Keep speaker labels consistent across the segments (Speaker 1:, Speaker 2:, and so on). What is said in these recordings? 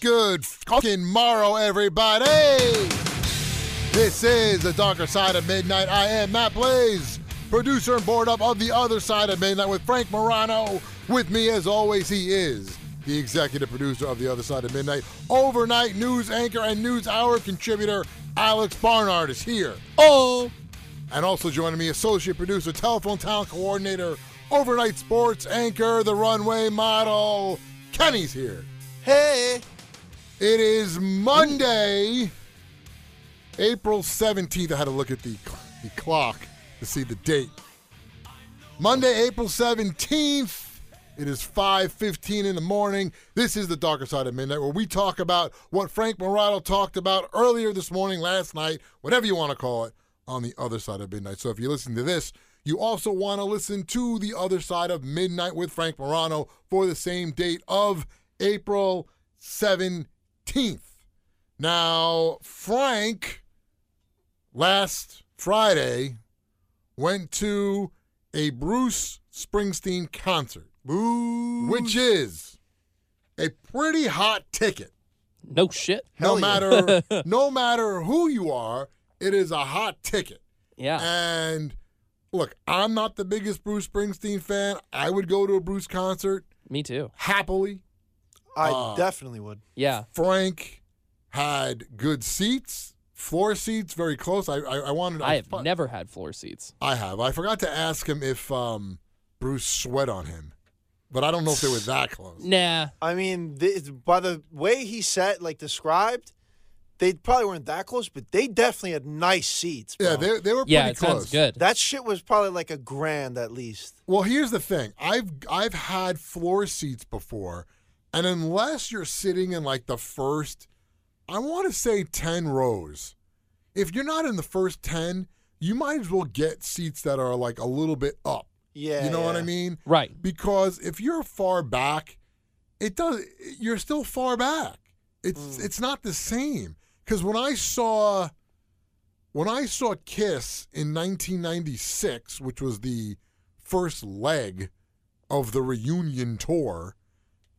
Speaker 1: Good fucking morrow, everybody. This is the darker side of midnight. I am Matt Blaze, producer and board up of the other side of midnight with Frank Morano. With me, as always, he is the executive producer of the other side of midnight, overnight news anchor and news hour contributor Alex Barnard is here. Oh, and also joining me, associate producer, telephone talent coordinator, overnight sports anchor, the runway model. Kenny's here.
Speaker 2: Hey,
Speaker 1: It is Monday, April 17th. I had to look at the, the clock to see the date. Monday, April 17th. It is 5:15 in the morning. This is the darker side of midnight where we talk about what Frank Morado talked about earlier this morning, last night, whatever you want to call it, on the other side of midnight. So if you listen to this, you also want to listen to the other side of midnight with Frank Morano for the same date of April 17th. Now, Frank last Friday went to a Bruce Springsteen concert, which is a pretty hot ticket.
Speaker 3: No shit.
Speaker 1: no matter no matter who you are, it is a hot ticket.
Speaker 3: Yeah.
Speaker 1: Uh, And look, I'm not the biggest Bruce Springsteen fan. I would go to a Bruce concert
Speaker 3: Me too.
Speaker 1: happily.
Speaker 2: I
Speaker 1: Uh,
Speaker 2: definitely would.
Speaker 3: Yeah.
Speaker 1: Frank had good seats, floor seats, very close. I I, I wanted.
Speaker 3: I have
Speaker 1: fu-
Speaker 3: never had floor seats.
Speaker 1: I have. I forgot to ask him if um, Bruce sweat on him, but I don't know if they were that close.
Speaker 3: Nah.
Speaker 2: I mean, th- by the way he said, like described, they probably weren't that close, but they definitely had nice seats. Bro.
Speaker 1: Yeah, they, they were pretty
Speaker 3: Yeah, it
Speaker 1: close.
Speaker 3: sounds good.
Speaker 2: That shit was probably like a grand at least.
Speaker 1: Well, here's the thing. I've I've had floor seats before, and unless you're sitting in like the first, I want to say ten rows. If you're not in the first ten, you might as well get seats that are like a little bit up.
Speaker 2: Yeah,
Speaker 1: you know what I
Speaker 2: yeah.
Speaker 1: mean?
Speaker 3: Right.
Speaker 1: because if you're far back, it does. You're still far back. It's
Speaker 2: Hmm.
Speaker 1: it's not the same. Because when I saw, when I saw Kiss in 1996, which was the first leg of the reunion tour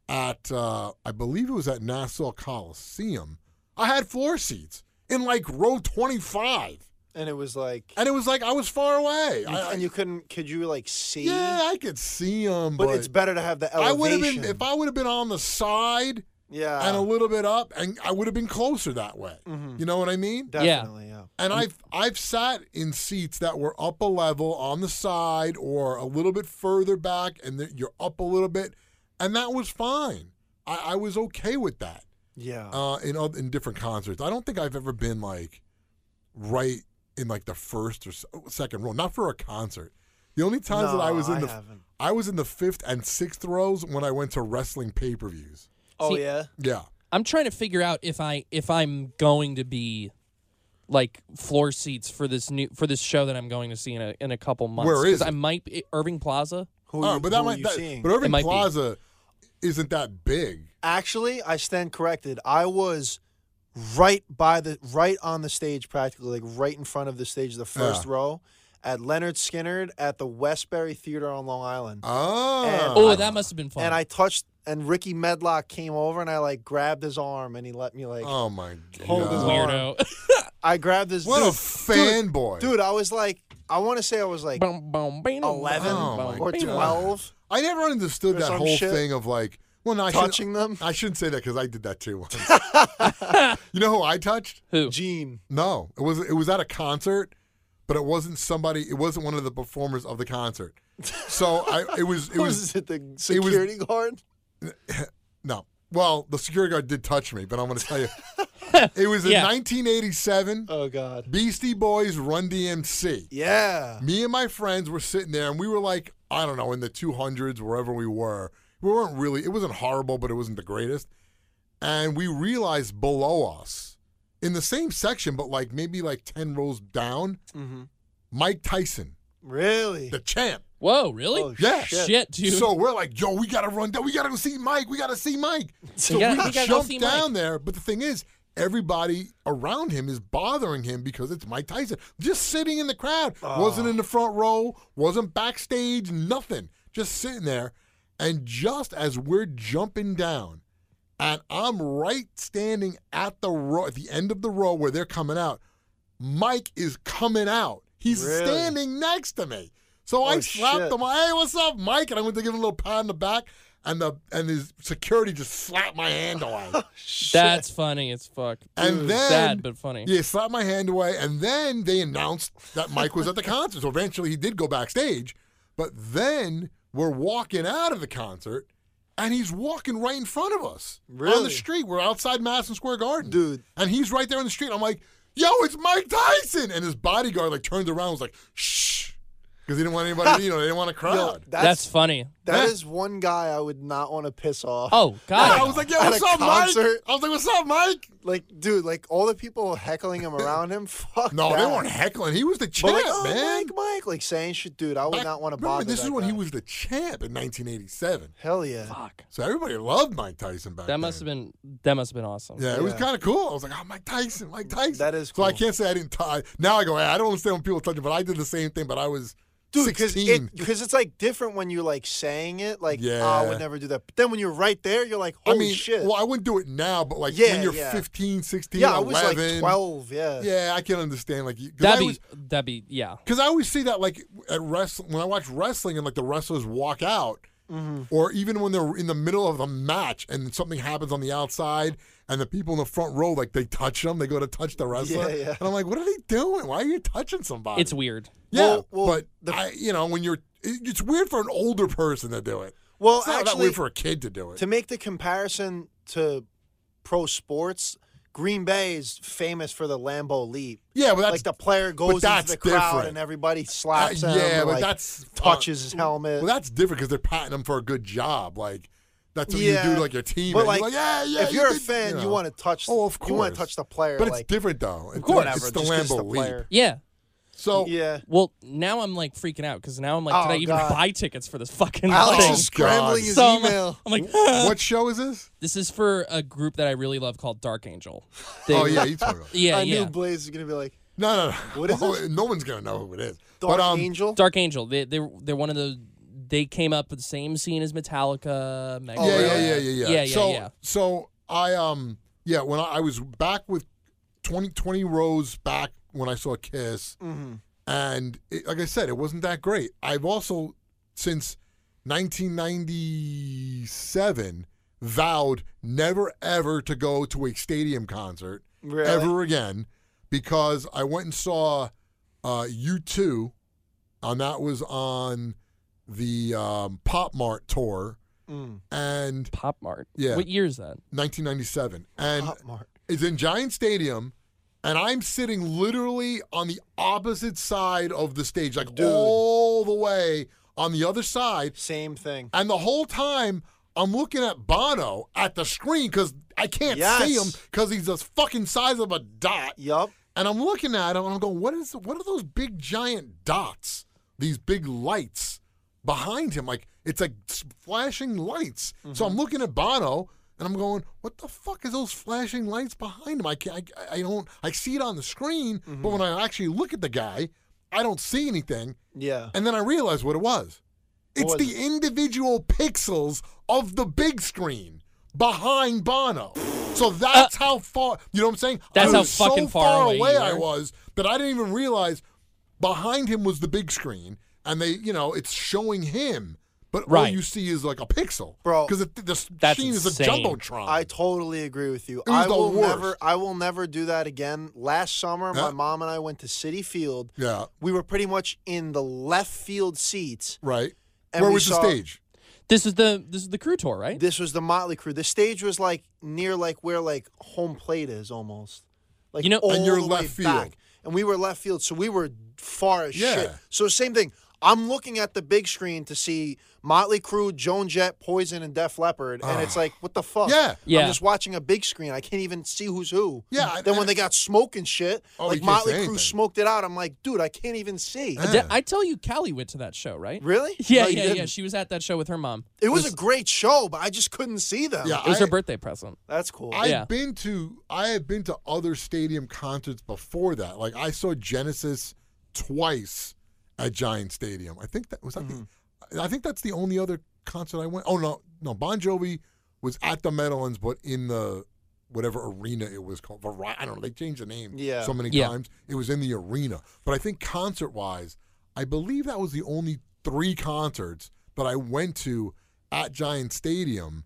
Speaker 1: at uh, I believe it was at Nassau Coliseum, I had floor seats in like row 25,
Speaker 2: And it was like,
Speaker 1: and it was like I was far away. I- I-
Speaker 2: and you couldn't, could you like see?
Speaker 1: yeah, I could see them,
Speaker 2: but, it's better to have the
Speaker 1: I
Speaker 2: elevation.
Speaker 1: would have been if I would have been on the side
Speaker 2: yeah, Mm-hmm.
Speaker 1: and a little bit up, and I would have been closer that way. You know what I mean?
Speaker 2: definitely, yeah.
Speaker 1: And I've I've sat in seats that were up a level on the side or a little bit further back, and that you're up a little bit, and that was fine. I, I was okay with that
Speaker 2: yeah,
Speaker 1: uh, in oth- in different concerts. I don't think I've ever been like right in like the first or s- second row, not for a concert. The only times that I was
Speaker 2: No,
Speaker 1: in
Speaker 2: I
Speaker 1: the
Speaker 2: haven't.
Speaker 1: I was in the fifth and sixth rows when I went to wrestling pay per views.
Speaker 2: oh
Speaker 3: See-
Speaker 2: yeah,
Speaker 1: Yeah.
Speaker 3: I'm trying to figure out if I if I'm going to be like floor seats for this new for this show that I'm going to see in a in a couple months.
Speaker 1: Where is
Speaker 3: 'Cause I
Speaker 1: it?
Speaker 3: might be Irving Plaza.
Speaker 2: who,
Speaker 1: Oh,
Speaker 2: you-
Speaker 1: but that
Speaker 2: who
Speaker 1: might.
Speaker 2: you
Speaker 1: that-
Speaker 2: seeing?
Speaker 1: but Irving
Speaker 3: might be.
Speaker 1: Plaza isn't that big.
Speaker 2: Actually, I stand corrected. I was right by the right on the stage, practically like right in front of the stage, the first
Speaker 1: Yeah.
Speaker 2: row at Leonard Skinner at the Westbury Theater on Long Island,
Speaker 1: Oh.
Speaker 3: Oh, that must have been fun.
Speaker 2: and I touched. And Ricky Medlock came over, and I like grabbed his arm, and he let me like.
Speaker 1: Oh my
Speaker 2: Hold his
Speaker 1: god.
Speaker 2: arm.
Speaker 3: weirdo.
Speaker 2: I grabbed his.
Speaker 1: What a
Speaker 2: dude,
Speaker 1: fanboy.
Speaker 2: dude, I was like, I want to say I was like
Speaker 3: Boom, boom, boom,
Speaker 2: eleven
Speaker 1: Oh,
Speaker 3: boom,
Speaker 1: my
Speaker 2: or
Speaker 3: boom.
Speaker 1: God.
Speaker 2: twelve.
Speaker 1: I never understood
Speaker 2: Or
Speaker 1: that
Speaker 2: some
Speaker 1: whole
Speaker 2: shit.
Speaker 1: thing of like. Well, no, I
Speaker 2: Touching
Speaker 1: shouldn't,
Speaker 2: them?
Speaker 1: I shouldn't say that because I did that too. once. you know who I touched?
Speaker 3: Who?
Speaker 2: Gene,
Speaker 1: No, it was it was at a concert, but it wasn't somebody. It wasn't one of the performers of the concert. So I, it was, it was
Speaker 2: was it the security guard?
Speaker 1: no. Well, the security guard did touch me, but I'm going to tell you, it was in
Speaker 3: Yeah.
Speaker 1: 1987.
Speaker 2: Oh God.
Speaker 1: Beastie Boys, Run DMC.
Speaker 2: Yeah.
Speaker 1: Me and my friends were sitting there, and we were like, I don't know, in the 200s, wherever we were. We weren't really, it wasn't horrible, but it wasn't the greatest. And we realized below us, in the same section, but like maybe like 10 rows down,
Speaker 2: Mhm.
Speaker 1: Mike Tyson,
Speaker 2: Really?
Speaker 1: the champ.
Speaker 3: Whoa, really?
Speaker 2: Oh,
Speaker 1: Yeah.
Speaker 2: shit.
Speaker 3: Shit, dude.
Speaker 1: So we're like, yo, we gotta run down. We gotta go see Mike. We gotta see Mike. So
Speaker 3: We gotta-
Speaker 1: we,
Speaker 3: we gotta go
Speaker 1: jumped
Speaker 3: see Mike.
Speaker 1: down there. But the thing is, everybody around him is bothering him because it's Mike Tyson. Just sitting in the crowd. Wasn't in the front row, wasn't backstage, nothing. Just sitting there. And just as we're jumping down, and I'm right standing at the row at the end of the row where they're coming out, Mike is coming out. He's
Speaker 2: Really?
Speaker 1: standing next to me. So I
Speaker 2: Oh,
Speaker 1: slapped
Speaker 2: shit.
Speaker 1: him. Hey, what's up, Mike? And I went to give him a little pat on the back, and the and his security just slapped my hand away.
Speaker 3: That's funny as fuck.
Speaker 1: and then
Speaker 3: Sad but funny.
Speaker 1: Yeah, slapped my hand away, and then they announced that Mike was at the concert. So eventually he did go backstage, but then we're walking out of the concert, and he's walking right in front of us on the
Speaker 2: Really?
Speaker 1: street. We're outside Madison Square Garden,
Speaker 2: Dude.
Speaker 1: and he's right there on the street. I'm like, "Yo, it's Mike Tyson!" And his bodyguard like turned around, and was like, "Shh," because he didn't want anybody, to, you know, they didn't want a
Speaker 2: Yo,
Speaker 1: crowd.
Speaker 3: that's,
Speaker 2: that's
Speaker 3: funny.
Speaker 2: that
Speaker 1: Yeah.
Speaker 2: is one guy I would not want to piss off.
Speaker 3: Oh
Speaker 1: Yeah,
Speaker 3: god.
Speaker 1: I was like, yo,
Speaker 2: At a
Speaker 1: what's up, Mike?
Speaker 2: concert?
Speaker 1: I was like, what's up, Mike?
Speaker 2: Like, dude, like all the people heckling him around him. Fuck.
Speaker 1: No,
Speaker 2: that.
Speaker 1: they weren't heckling. He was the
Speaker 2: But
Speaker 1: champ,
Speaker 2: like, oh,
Speaker 1: man.
Speaker 2: Mike, Mike, like saying shit, dude. I would
Speaker 1: Back-
Speaker 2: not want to
Speaker 1: remember,
Speaker 2: bother.
Speaker 1: This is
Speaker 2: that
Speaker 1: when he
Speaker 2: guy.
Speaker 1: was the champ in 1987.
Speaker 2: Hell yeah.
Speaker 3: fuck.
Speaker 1: So everybody loved Mike Tyson back
Speaker 3: That
Speaker 1: then.
Speaker 3: must have been that must have been awesome.
Speaker 1: Yeah, it was
Speaker 2: Yeah.
Speaker 1: kind of cool. I was like, oh, Mike Tyson, Mike Tyson.
Speaker 2: That is
Speaker 1: So I
Speaker 2: cool.
Speaker 1: can't say I didn't tie. Now I go, "Hey, I don't understand when people touch it, but I did the same thing, but I was
Speaker 2: Dude, because
Speaker 1: 16.
Speaker 2: it, cause it's like different when you're like saying it, like, oh, I
Speaker 1: Yeah.
Speaker 2: would never do that. But then when you're right there, you're like,
Speaker 1: I
Speaker 2: holy
Speaker 1: mean,
Speaker 2: shit.
Speaker 1: well, I wouldn't do it now, but like when
Speaker 2: Yeah,
Speaker 1: you're
Speaker 2: yeah.
Speaker 1: 15, 16,
Speaker 2: yeah,
Speaker 1: 11.
Speaker 2: I was like 12, yeah.
Speaker 1: Yeah, I can understand. Like, you- 'cause I
Speaker 3: That'd be
Speaker 1: was-
Speaker 3: that'd be yeah.
Speaker 1: Because I always see that, like at wrestling, when I watch wrestling and like the wrestlers walk out,
Speaker 2: Mm-hmm.
Speaker 1: or even when they're in the middle of the match and something happens on the outside, and the people in the front row like they touch them, they go to touch the wrestler,
Speaker 2: Yeah, yeah.
Speaker 1: and I'm like, what are they doing? Why are you touching somebody?
Speaker 3: It's weird.
Speaker 1: yeah,
Speaker 2: Well- well,
Speaker 1: but
Speaker 2: the-
Speaker 1: I, you know, when you're, it- it's weird for an older person to do it.
Speaker 2: Well,
Speaker 1: It's not that
Speaker 2: actually,
Speaker 1: weird for a kid to do it.
Speaker 2: to make the comparison to pro sports, Green Bay is famous for the Lambo leap.
Speaker 1: yeah, but that's
Speaker 2: like the player goes into
Speaker 1: that's
Speaker 2: the crowd
Speaker 1: different.
Speaker 2: and everybody slaps
Speaker 1: Uh,
Speaker 2: him.
Speaker 1: yeah,
Speaker 2: or,
Speaker 1: but
Speaker 2: like,
Speaker 1: that's-
Speaker 2: touches his helmet.
Speaker 1: well, that's different because they're patting them for a good job. Like that's what you do,
Speaker 2: Yeah.
Speaker 1: to, like your team.
Speaker 2: but
Speaker 1: like,
Speaker 2: like,
Speaker 1: yeah, yeah.
Speaker 2: if you're a
Speaker 1: did-
Speaker 2: fan, you,
Speaker 1: know.
Speaker 2: want to touch.
Speaker 1: Oh, of course.
Speaker 2: You want to touch the player.
Speaker 1: But
Speaker 2: like,
Speaker 1: it's different though. It's,
Speaker 3: course.
Speaker 1: it's
Speaker 2: whatever,
Speaker 1: the
Speaker 2: just 'cause
Speaker 1: Lambo leap.
Speaker 2: player.
Speaker 3: Yeah.
Speaker 1: So
Speaker 2: Yeah.
Speaker 3: Well, now I'm like freaking out because now I'm like,
Speaker 2: Oh,
Speaker 3: did I even
Speaker 2: God.
Speaker 3: buy tickets for this fucking
Speaker 2: Alex
Speaker 3: thing?
Speaker 2: is
Speaker 1: God.
Speaker 2: scrambling his
Speaker 3: so I'm like-
Speaker 2: email.
Speaker 3: I'm like,
Speaker 1: what show is this?
Speaker 3: this is for a group that I really love called Dark Angel. They-
Speaker 1: Oh yeah, you talk about. it.
Speaker 3: yeah,
Speaker 2: I
Speaker 3: yeah.
Speaker 2: knew Blaze was gonna be like
Speaker 1: No, no, no.
Speaker 2: What is
Speaker 1: Oh,
Speaker 2: this?
Speaker 1: No one's gonna know who it is.
Speaker 2: Dark
Speaker 1: but um,
Speaker 2: Angel.
Speaker 3: Dark Angel. They they they're one of the they came up with the same scene as Metallica. Megadeth.
Speaker 1: Oh, yeah,
Speaker 2: really?
Speaker 1: yeah, yeah, yeah, yeah.
Speaker 3: Yeah, yeah,
Speaker 1: so,
Speaker 3: yeah.
Speaker 1: so I um, yeah, when I, I was back with 20, 20 rows back when I saw Kiss,
Speaker 2: Mhm.
Speaker 1: and it, like I said, it wasn't that great. I've also since nineteen ninety seven vowed never ever to go to a stadium concert
Speaker 2: Really?
Speaker 1: ever again because I went and saw uh, U2, and that was on the um, Pop Mart tour,
Speaker 2: Mm.
Speaker 1: and
Speaker 3: Pop Mart.
Speaker 1: Yeah.
Speaker 3: What year is that?
Speaker 1: 1997, and
Speaker 2: Pop Mart.
Speaker 1: it's in Giant Stadium, and I'm sitting literally on the opposite side of the stage, like
Speaker 2: Dude.
Speaker 1: all the way on the other side,
Speaker 2: Same thing.
Speaker 1: and the whole time. I'm looking at Bono at the screen because I can't see
Speaker 2: Yes.
Speaker 1: him because he's the fucking size of a dot.
Speaker 2: Yup.
Speaker 1: And I'm looking at them and I'm going, what is what are those big giant dots? These big lights behind him, like it's like s- flashing lights. So I'm looking at Bono and I'm going, what the fuck is those flashing lights behind him? I can't, I, I don't, I see it on the screen, but when I actually look at the guy, I don't see anything.
Speaker 2: Yeah.
Speaker 1: And then I realized what it was. It's
Speaker 2: What was
Speaker 1: the individual pixels of the big screen behind Bono. So that's how far, you know what I'm saying?
Speaker 3: Uh, That's
Speaker 1: I
Speaker 3: how
Speaker 1: was
Speaker 3: fucking
Speaker 1: so
Speaker 3: far
Speaker 1: far
Speaker 3: away you
Speaker 1: away I
Speaker 3: were.
Speaker 1: was that I didn't even realize behind him was the big screen and they, you know, it's showing him. but all
Speaker 3: Right.
Speaker 1: you see is like a pixel,
Speaker 2: Bro,
Speaker 1: Because the, the
Speaker 3: that's
Speaker 1: machine is a
Speaker 3: insane.
Speaker 1: jumbotron.
Speaker 2: I totally agree with you.
Speaker 1: It was
Speaker 2: I
Speaker 1: the
Speaker 2: will
Speaker 1: worst.
Speaker 2: never I will never do that again. Last summer
Speaker 1: Yeah.
Speaker 2: my mom and I went to City Field.
Speaker 1: yeah,
Speaker 2: We were pretty much in the left field seats.
Speaker 1: right.
Speaker 2: And
Speaker 1: Where
Speaker 2: we
Speaker 1: was
Speaker 2: saw-
Speaker 1: the stage?
Speaker 3: This is the this is the crew tour, right?
Speaker 2: This was the Motley Crew. The stage was like near like where like home plate is almost. Like
Speaker 3: You know-
Speaker 2: all
Speaker 1: And you're
Speaker 2: the way
Speaker 1: left field.
Speaker 2: back. And we were left field, so we were far as shit.
Speaker 1: Yeah.
Speaker 2: So same thing. I'm looking at the big screen to see Motley Crue, Joan Jett, Poison, and Def Leppard, and it's like, what the fuck?
Speaker 1: Ah. Yeah.
Speaker 3: Yeah.
Speaker 2: I'm just watching a big screen. I can't even see who's who.
Speaker 1: Yeah, I-
Speaker 2: Then
Speaker 1: I-
Speaker 2: when they got smoke and shit,
Speaker 1: Oh,
Speaker 2: like
Speaker 1: you can't see
Speaker 2: Motley
Speaker 1: anything.
Speaker 2: Crue smoked it out. I'm like, dude, I can't even see.
Speaker 1: Yeah.
Speaker 3: Did- I tell you, Callie went to that show, right?
Speaker 2: Really?
Speaker 3: Yeah,
Speaker 2: No, you
Speaker 3: yeah, yeah.
Speaker 2: didn't.
Speaker 3: She was at that show with her mom.
Speaker 2: It was a great show, but I just couldn't see them.
Speaker 1: Yeah,
Speaker 3: It was
Speaker 1: I-
Speaker 3: her birthday present.
Speaker 2: That's cool.
Speaker 1: I've
Speaker 3: Yeah.
Speaker 1: been to I have been to other stadium concerts before that. Like I saw Genesis twice at Giant Stadium. I think that was that the, I think that's the only other concert I went. Oh no, no Bon Jovi was at the Meadowlands, but in the whatever arena it was called. Vari- I don't know. They changed the name
Speaker 2: Yeah.
Speaker 1: so many
Speaker 3: Yeah.
Speaker 1: times. It was in the arena, but I think concert wise, I believe that was the only three concerts that I went to at Giant Stadium.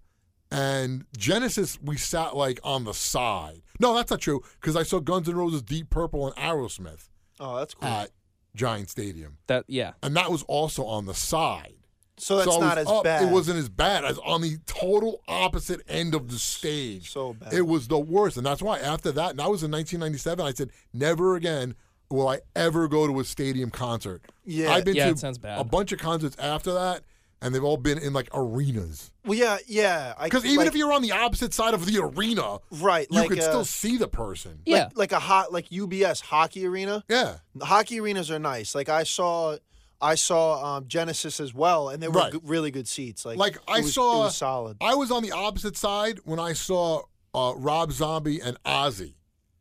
Speaker 1: And Genesis, we sat like on the side. No, that's not true because I saw Guns N' Roses, Deep Purple, and Aerosmith
Speaker 2: oh, that's cool.
Speaker 1: at Giant Stadium,
Speaker 3: That yeah.
Speaker 1: and that was also on the side.
Speaker 2: so that's
Speaker 1: I was
Speaker 2: not as
Speaker 1: up.
Speaker 2: bad.
Speaker 1: It wasn't as bad as on the total opposite end of the stage.
Speaker 2: so bad.
Speaker 1: It was the worst, and that's why after that, and that was in 1997. I said, never again will I ever go to a stadium concert.
Speaker 2: Yeah.
Speaker 1: I've been
Speaker 3: Yeah,
Speaker 1: to
Speaker 3: it sounds bad.
Speaker 1: a bunch of concerts after that, and they've all been in like arenas.
Speaker 2: well, yeah, yeah. I-
Speaker 1: Because even
Speaker 2: like-
Speaker 1: if you're on the opposite side of the arena,
Speaker 2: right,
Speaker 1: you
Speaker 2: like
Speaker 1: could
Speaker 2: a,
Speaker 1: still see the person.
Speaker 3: Yeah.
Speaker 2: like, like a hot like UBS hockey arena.
Speaker 1: Yeah,
Speaker 2: The hockey arenas are nice. Like I saw, I saw um, Genesis as well, and they were
Speaker 1: Right.
Speaker 2: g- really good seats. Like
Speaker 1: Like,
Speaker 2: it
Speaker 1: I
Speaker 2: was-
Speaker 1: saw-
Speaker 2: it was solid.
Speaker 1: I was on the opposite side when I saw uh, Rob Zombie and Ozzy.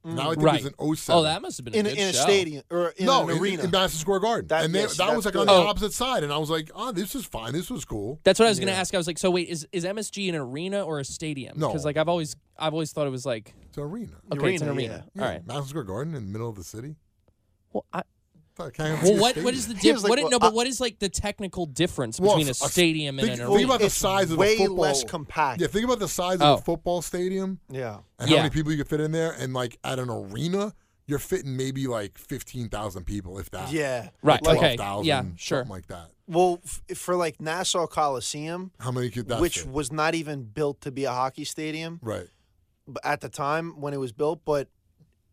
Speaker 1: Now I think
Speaker 3: right.
Speaker 1: it was an 07.
Speaker 3: oh, that must have been a
Speaker 2: in, a-
Speaker 3: good
Speaker 2: in a
Speaker 3: show.
Speaker 2: stadium or in
Speaker 1: no,
Speaker 2: an
Speaker 1: in,
Speaker 2: arena.
Speaker 1: in Madison Square Garden,
Speaker 2: That-
Speaker 1: and they,
Speaker 2: yes,
Speaker 1: that was like
Speaker 2: that's
Speaker 1: on the
Speaker 3: good. Oh.
Speaker 1: opposite side, and I was like, "Oh, this is fine. This was cool."
Speaker 3: That's what I was gonna
Speaker 2: Yeah.
Speaker 3: ask. I was like, so wait, is is MSG an arena or a stadium?
Speaker 1: No.
Speaker 3: Because like I've always I've always thought it was like
Speaker 1: It's an arena.
Speaker 3: okay, it's an
Speaker 2: Arena, Mm.
Speaker 3: arena.
Speaker 1: Yeah,
Speaker 3: All right.
Speaker 1: Madison Square Garden in the middle of the city.
Speaker 3: Well, I,
Speaker 1: Fuck, can't even see
Speaker 3: well
Speaker 1: the
Speaker 3: what what is the
Speaker 1: stadium.
Speaker 2: He
Speaker 3: diff-
Speaker 2: was like,
Speaker 3: what? i-
Speaker 2: well,
Speaker 3: no, but
Speaker 2: I-
Speaker 3: what is like the technical difference
Speaker 1: Well,
Speaker 3: between
Speaker 1: a
Speaker 3: a
Speaker 1: s-
Speaker 3: stadium and
Speaker 1: think-
Speaker 3: an
Speaker 1: think
Speaker 3: arena?
Speaker 1: about the
Speaker 2: It's
Speaker 1: size of the
Speaker 2: way
Speaker 1: football.
Speaker 2: less compact.
Speaker 1: Yeah, think about the size
Speaker 3: Oh.
Speaker 1: of a football stadium
Speaker 2: yeah.
Speaker 1: and how
Speaker 3: Yeah.
Speaker 1: many people you could fit in there, and like at an arena, you're fitting maybe like fifteen thousand people, if that.
Speaker 2: Yeah.
Speaker 3: Right.
Speaker 2: Like,
Speaker 3: Okay.
Speaker 1: 12,000,
Speaker 3: Yeah,
Speaker 1: something
Speaker 3: sure.
Speaker 1: Like that.
Speaker 2: well, f- for like Nassau Coliseum,
Speaker 1: How many could that?
Speaker 2: which
Speaker 1: fit?
Speaker 2: was not even built to be a hockey stadium
Speaker 1: right.
Speaker 2: b- at the time when it was built, but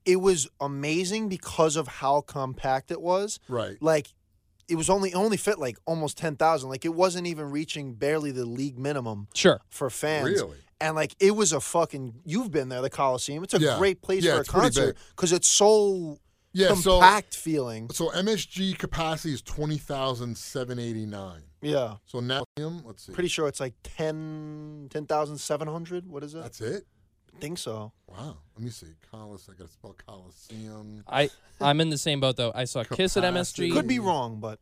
Speaker 2: it was amazing because of how compact it was.
Speaker 1: Right.
Speaker 2: Like, it was only it only fit like almost ten thousand. Like, it wasn't even reaching barely the league minimum
Speaker 3: Sure.
Speaker 2: for fans.
Speaker 1: Really?
Speaker 2: And like, it was a fucking. You've been there, the Coliseum. It's a
Speaker 1: Yeah.
Speaker 2: great place
Speaker 1: Yeah,
Speaker 2: for a
Speaker 1: it's pretty
Speaker 2: concert because it's so
Speaker 1: Yeah.
Speaker 2: compact feeling.
Speaker 1: So so MSG capacity is twenty thousand seven eighty nine.
Speaker 2: Yeah.
Speaker 1: So now let's see.
Speaker 2: Pretty sure it's like 10 10,700. What is it?
Speaker 1: That's it.
Speaker 2: I think so.
Speaker 1: Wow. Let me see. Colis. I gotta spell Coliseum.
Speaker 3: I I'm in the same boat though. I saw Kiss at
Speaker 1: Capacity.
Speaker 3: MSG.
Speaker 2: Could be wrong, but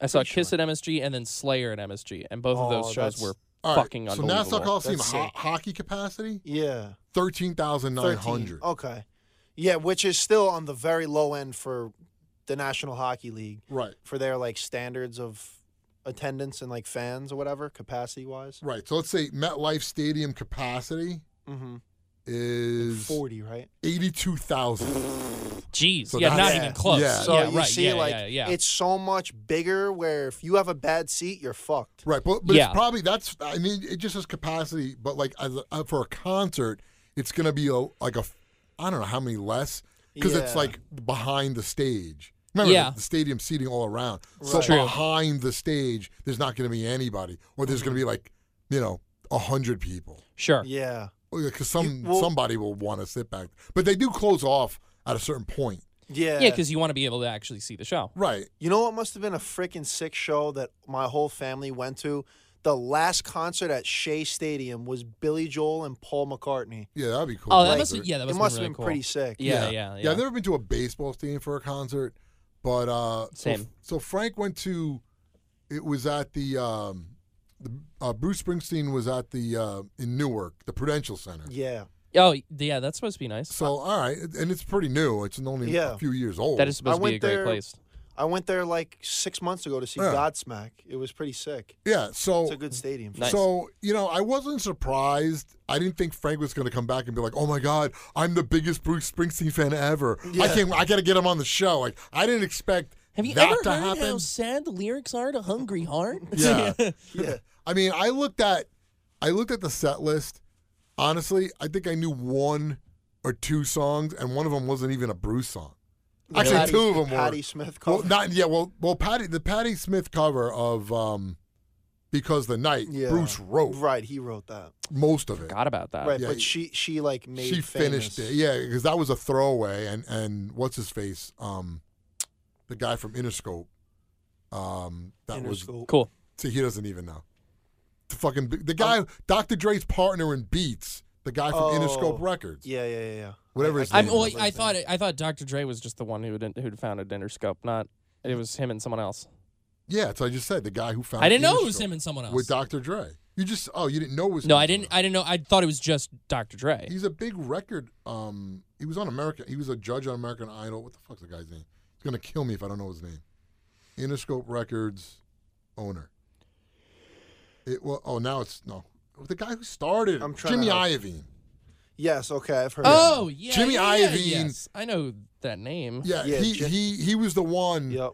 Speaker 3: I saw
Speaker 2: pretty sure.
Speaker 3: Kiss at MSG and then Slayer at MSG, and both of
Speaker 2: Oh,
Speaker 3: those shows
Speaker 2: that's-
Speaker 3: were
Speaker 1: All right,
Speaker 3: fucking
Speaker 1: so
Speaker 3: unbelievable.
Speaker 1: Nassau Coliseum
Speaker 2: That's
Speaker 1: ho-
Speaker 2: sick.
Speaker 1: hockey capacity
Speaker 2: yeah.
Speaker 1: thirteen thousand nine
Speaker 2: 13.
Speaker 1: hundred.
Speaker 2: Okay. Yeah, which is still on the very low end for the National Hockey League
Speaker 1: Right,
Speaker 2: for their like standards of attendance and like fans or whatever capacity wise.
Speaker 1: right. So let's say MetLife Stadium capacity
Speaker 2: Mm-hmm.
Speaker 1: is
Speaker 2: 40, right?
Speaker 1: eighty-two thousand.
Speaker 3: Jeez,
Speaker 1: So
Speaker 3: yeah,
Speaker 1: that's-
Speaker 3: not
Speaker 2: Yeah.
Speaker 3: even close.
Speaker 1: Yeah.
Speaker 3: Yeah,
Speaker 2: So you
Speaker 3: right.
Speaker 2: see,
Speaker 3: yeah,
Speaker 2: like
Speaker 3: yeah, yeah.
Speaker 2: it's so much bigger. Where if you have a bad seat, you're fucked.
Speaker 1: Right, but, but
Speaker 3: Yeah.
Speaker 1: it's probably that's. I mean, it just says capacity, but like as a, uh, for a concert, it's gonna be a like a. f- I don't know how many less because it's
Speaker 2: Yeah.
Speaker 1: like behind the stage. Remember,
Speaker 3: Yeah.
Speaker 1: the, the stadium seating all around. So
Speaker 2: Right. True.
Speaker 1: behind the stage, there's not gonna be anybody, or there's gonna be like you know a hundred people.
Speaker 3: sure.
Speaker 2: Yeah.
Speaker 1: because some
Speaker 2: You- well-
Speaker 1: somebody will want to sit back, but they do close off at a certain point,
Speaker 2: Yeah.
Speaker 3: Yeah, because you want to be able to actually see the show.
Speaker 1: right?
Speaker 2: You know what must have been a freaking sick show that my whole family went to? The last concert at Shea Stadium was Billy Joel and Paul McCartney.
Speaker 1: Yeah, that'd be cool.
Speaker 3: Oh, that
Speaker 1: Like,
Speaker 3: must have, yeah, that must,
Speaker 2: it must
Speaker 3: really
Speaker 2: have been
Speaker 3: cool.
Speaker 2: pretty sick.
Speaker 3: Yeah, yeah, yeah.
Speaker 1: I've never been to a baseball stadium for a concert, but uh, so-
Speaker 3: Same.
Speaker 1: So, Frank went to. It was at the. Um, the uh, Bruce Springsteen was at the uh, in Newark, the Prudential Center.
Speaker 2: Yeah.
Speaker 3: Oh, yeah, that's supposed to be nice.
Speaker 1: So all right, and it's pretty new. It's only
Speaker 2: Yeah.
Speaker 1: a few years old.
Speaker 3: That is
Speaker 2: I
Speaker 3: supposed to
Speaker 2: went
Speaker 3: be a great
Speaker 2: there-
Speaker 3: place.
Speaker 2: I went there like six months ago to see Godsmack. It was pretty sick.
Speaker 1: Yeah, so
Speaker 2: It's a good stadium.
Speaker 3: Nice.
Speaker 1: So, you know, I wasn't surprised. I didn't think Frank was going to come back and be like, "Oh my god, I'm the biggest Bruce Springsteen fan ever. I
Speaker 2: Yeah.
Speaker 1: can't I got to get him on the show." Like, I didn't expect
Speaker 3: Have you
Speaker 1: that
Speaker 3: ever
Speaker 1: to
Speaker 3: heard
Speaker 1: happen.
Speaker 3: how sad the lyrics are to "Hungry Heart"?
Speaker 1: Yeah.
Speaker 2: Yeah.
Speaker 1: I mean, I looked at I looked at the set list. Honestly, I think I knew one or two songs and one of them wasn't even a Bruce song. Actually,
Speaker 2: Patty-
Speaker 1: two of them
Speaker 2: the
Speaker 1: were.
Speaker 2: Patti Smith
Speaker 1: Well,
Speaker 2: cover.
Speaker 1: not yeah. Well, well, Patty the Patty Smith cover of um, "Because the Night."
Speaker 2: Yeah.
Speaker 1: Bruce wrote
Speaker 2: Right, he wrote that.
Speaker 1: most of it.
Speaker 3: Forgot about that.
Speaker 2: Right,
Speaker 1: Yeah,
Speaker 2: but
Speaker 1: he-
Speaker 2: she she like made
Speaker 1: she
Speaker 2: famous.
Speaker 1: finished it. Yeah, because that was a throwaway. And and what's his face? Um, the guy from Interscope. Um, that was.
Speaker 2: Interscope.
Speaker 3: Cool.
Speaker 1: See, he doesn't even know. The fucking the
Speaker 2: Um,
Speaker 1: guy, Dr. Dre's partner in Beats, the guy from
Speaker 2: Oh.
Speaker 1: Interscope Records.
Speaker 2: Yeah, yeah, yeah, yeah.
Speaker 1: Whatever
Speaker 2: I-
Speaker 1: his
Speaker 2: I
Speaker 3: I'm,
Speaker 2: can't
Speaker 1: name
Speaker 3: well,
Speaker 1: is.
Speaker 2: remember
Speaker 3: I
Speaker 2: his
Speaker 3: thought
Speaker 2: name.
Speaker 3: I thought Dr. Dre was just the one who would who'd founded Interscope. Not it was him and someone else.
Speaker 1: Yeah, so I just said the guy who found.
Speaker 3: I didn't know it was
Speaker 1: Interscope
Speaker 3: him and someone else.
Speaker 1: with Dr. Dre. You just oh you didn't know it was
Speaker 3: no,
Speaker 1: him
Speaker 3: I
Speaker 1: and
Speaker 3: didn't.
Speaker 1: someone
Speaker 3: I didn't know. I thought it was just Dr. Dre.
Speaker 1: else. He's a big record. Um, he was on America. He was a judge on American Idol. What the fuck's the guy's name? He's gonna kill me if I don't know his name. Interscope Records owner. It well oh now it's no the guy who started
Speaker 2: I'm
Speaker 1: it,
Speaker 2: trying to
Speaker 1: Jimmy
Speaker 2: help.
Speaker 1: Iovine.
Speaker 2: Yes, okay, I've heard.
Speaker 3: Oh yeah,
Speaker 1: Jimmy
Speaker 3: yeah, yeah,
Speaker 1: Iovine.
Speaker 3: Yes. I know that name.
Speaker 1: Yeah,
Speaker 2: Mm-hmm. Yeah,
Speaker 1: he,
Speaker 2: Jim-
Speaker 1: he he was the one.
Speaker 2: that. Yep.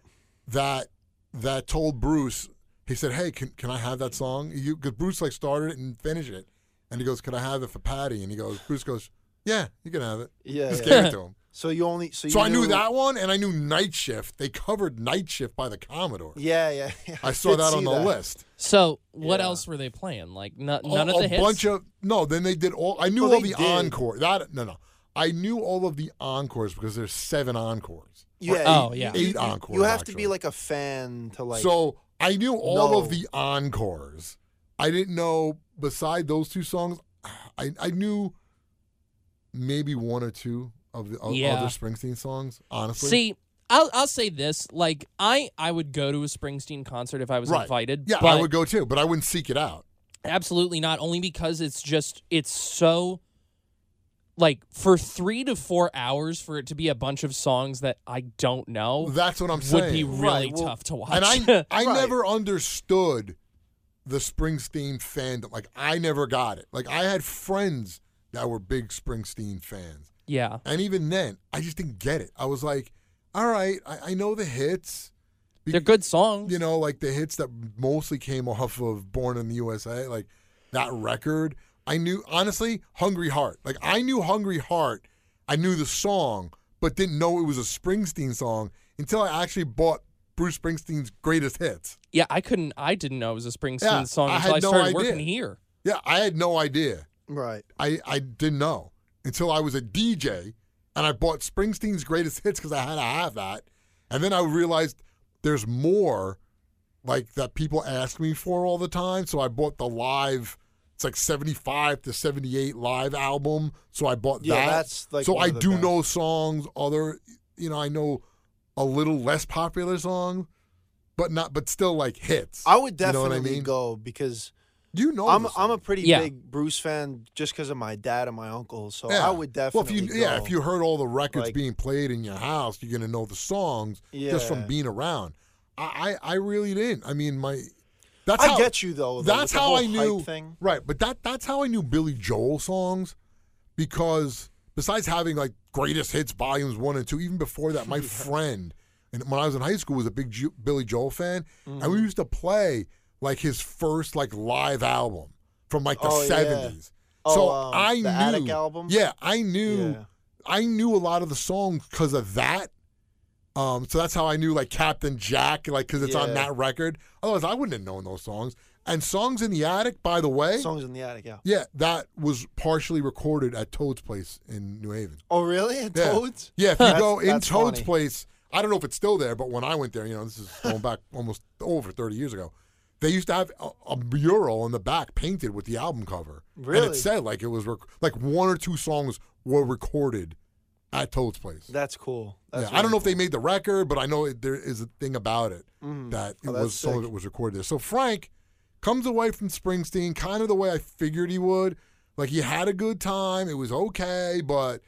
Speaker 1: that that told Bruce. He said, "Hey, can can I have that song?" You because Bruce like started it and finished it, and he goes, "Can I have it for Patty?" And he goes, Bruce goes, "Yeah, you can have it."
Speaker 2: Yeah.
Speaker 1: Just
Speaker 2: yeah.
Speaker 1: gave it to him.
Speaker 2: So you only so you
Speaker 1: so I knew that one, and I knew Night Shift. They covered Night Shift by the Commodore.
Speaker 2: Yeah, yeah. yeah.
Speaker 1: I saw
Speaker 2: did
Speaker 1: that
Speaker 2: see
Speaker 1: on the list.
Speaker 3: So what
Speaker 2: Yeah.
Speaker 3: else were they playing? Like no, none
Speaker 1: a,
Speaker 3: of the
Speaker 1: a
Speaker 3: hits.
Speaker 1: bunch of no. Then they did all. I knew
Speaker 2: Well,
Speaker 1: all
Speaker 2: Oh, they
Speaker 1: the
Speaker 2: did.
Speaker 1: encore. That no no. I knew all of the encores because there's seven encores. Or
Speaker 2: Yeah.
Speaker 3: Oh,
Speaker 1: eight-
Speaker 3: yeah.
Speaker 1: eight
Speaker 2: you,
Speaker 1: encores.
Speaker 2: You have to
Speaker 1: actually.
Speaker 2: be like a fan to like.
Speaker 1: so I knew all of
Speaker 2: No.
Speaker 1: the encores. I didn't know beside those two songs. I I knew maybe one or two of the o-
Speaker 3: Yeah.
Speaker 1: other Springsteen songs. Honestly,
Speaker 3: See, I'll I'll say this. Like I I would go to a Springsteen concert if I was
Speaker 1: Right.
Speaker 3: invited.
Speaker 1: yeah,
Speaker 3: but
Speaker 1: I would go too, but I wouldn't seek it out.
Speaker 3: Absolutely not. Only because it's just it's so like for three to four hours for it to be a bunch of songs that I don't know
Speaker 1: That's what I'm saying.
Speaker 3: Oh, would be really
Speaker 2: Right, well,
Speaker 3: tough to watch.
Speaker 1: and I I
Speaker 2: Right.
Speaker 1: never understood the Springsteen fandom. Like I never got it. Like I had friends that were big Springsteen fans.
Speaker 3: yeah.
Speaker 1: And even then, I just didn't get it. I was like, all right, I, I know the hits. Be-
Speaker 3: They're good songs.
Speaker 1: You know, like the hits that mostly came off of Born in the USA, like that record. I knew, honestly, Hungry Heart. Like, I knew Hungry Heart. I knew the song, but didn't know it was a Springsteen song until I actually bought Bruce Springsteen's greatest hits.
Speaker 3: yeah, I couldn't I didn't know it was a Springsteen
Speaker 1: Yeah,
Speaker 3: song
Speaker 1: I
Speaker 3: until
Speaker 1: had
Speaker 3: I
Speaker 1: no
Speaker 3: started
Speaker 1: idea.
Speaker 3: working here.
Speaker 1: Yeah, I had no idea.
Speaker 2: right.
Speaker 1: I, I didn't know until I was a DJ and I bought Springsteen's greatest hits because I had to have that. And then I realized there's more like that people ask me for all the time. So I bought the live, it's like 75 to 78 live album. So I bought
Speaker 2: Yeah,
Speaker 1: that.
Speaker 2: that's, like,
Speaker 1: so
Speaker 2: one
Speaker 1: I
Speaker 2: of the
Speaker 1: do
Speaker 2: best.
Speaker 1: know songs, other, you know, I know a little less popular song, but not, but still like hits.
Speaker 2: I would
Speaker 1: You know
Speaker 2: definitely
Speaker 1: what I mean?
Speaker 2: go because
Speaker 1: You know,
Speaker 2: I'm
Speaker 1: the
Speaker 2: I'm a
Speaker 1: songs.
Speaker 2: pretty
Speaker 3: Yeah.
Speaker 2: big Bruce fan just because of my dad and my uncle. So I would
Speaker 1: Well,
Speaker 2: definitely.
Speaker 1: if you yeah,
Speaker 2: go.
Speaker 1: if you heard all the records
Speaker 2: Like-
Speaker 1: being played in your house, you're gonna know the songs just from
Speaker 2: Yeah.
Speaker 1: being around. I, I I really didn't. I mean, my that's
Speaker 2: I
Speaker 1: how,
Speaker 2: get you though. though,
Speaker 1: That's
Speaker 2: with the
Speaker 1: how
Speaker 2: whole
Speaker 1: I knew
Speaker 2: hype thing.
Speaker 1: right, but that that's how I knew Billy Joel songs because besides having like greatest hits volumes one and two, even before that, my friend and when I was in high school was a big Ju- Billy Joel fan, and
Speaker 2: Mm-hmm.
Speaker 1: we used to play like his first like live album from like the
Speaker 2: Oh, yeah.
Speaker 1: seventies.
Speaker 2: Oh,
Speaker 1: so
Speaker 2: um,
Speaker 1: I
Speaker 2: the
Speaker 1: knew
Speaker 2: Attic album?
Speaker 1: Yeah, I knew
Speaker 2: Yeah.
Speaker 1: I knew a lot of the songs because of that. Um, so that's how I knew like Captain Jack, like because it's on
Speaker 2: Yeah.
Speaker 1: that record. Otherwise, I wouldn't have known those songs. And songs in the attic, by the way,
Speaker 2: Songs in the attic. Yeah.
Speaker 1: yeah, that was partially recorded at Toad's place in New Haven.
Speaker 2: Oh really?
Speaker 1: Yeah.
Speaker 2: Toads?
Speaker 1: Yeah, if you
Speaker 2: That's-
Speaker 1: go in
Speaker 2: that's
Speaker 1: Toad's
Speaker 2: funny.
Speaker 1: place, I don't know if it's still there, but when I went there, you know, this is going back almost over 30 years ago. They used to have a, a mural in the back painted with the album cover. And it
Speaker 2: Really?
Speaker 1: said like it was rec- like one or two songs were recorded at Toad's place.
Speaker 2: That's cool. That's
Speaker 1: yeah, I don't know if they made the record, but I know it, there is a thing about it that it
Speaker 2: Oh, that's
Speaker 1: was some of
Speaker 2: sick.
Speaker 1: it was recorded there. So Frank comes away from Springsteen kind of the way I figured he would. Like he had a good time, it was okay, but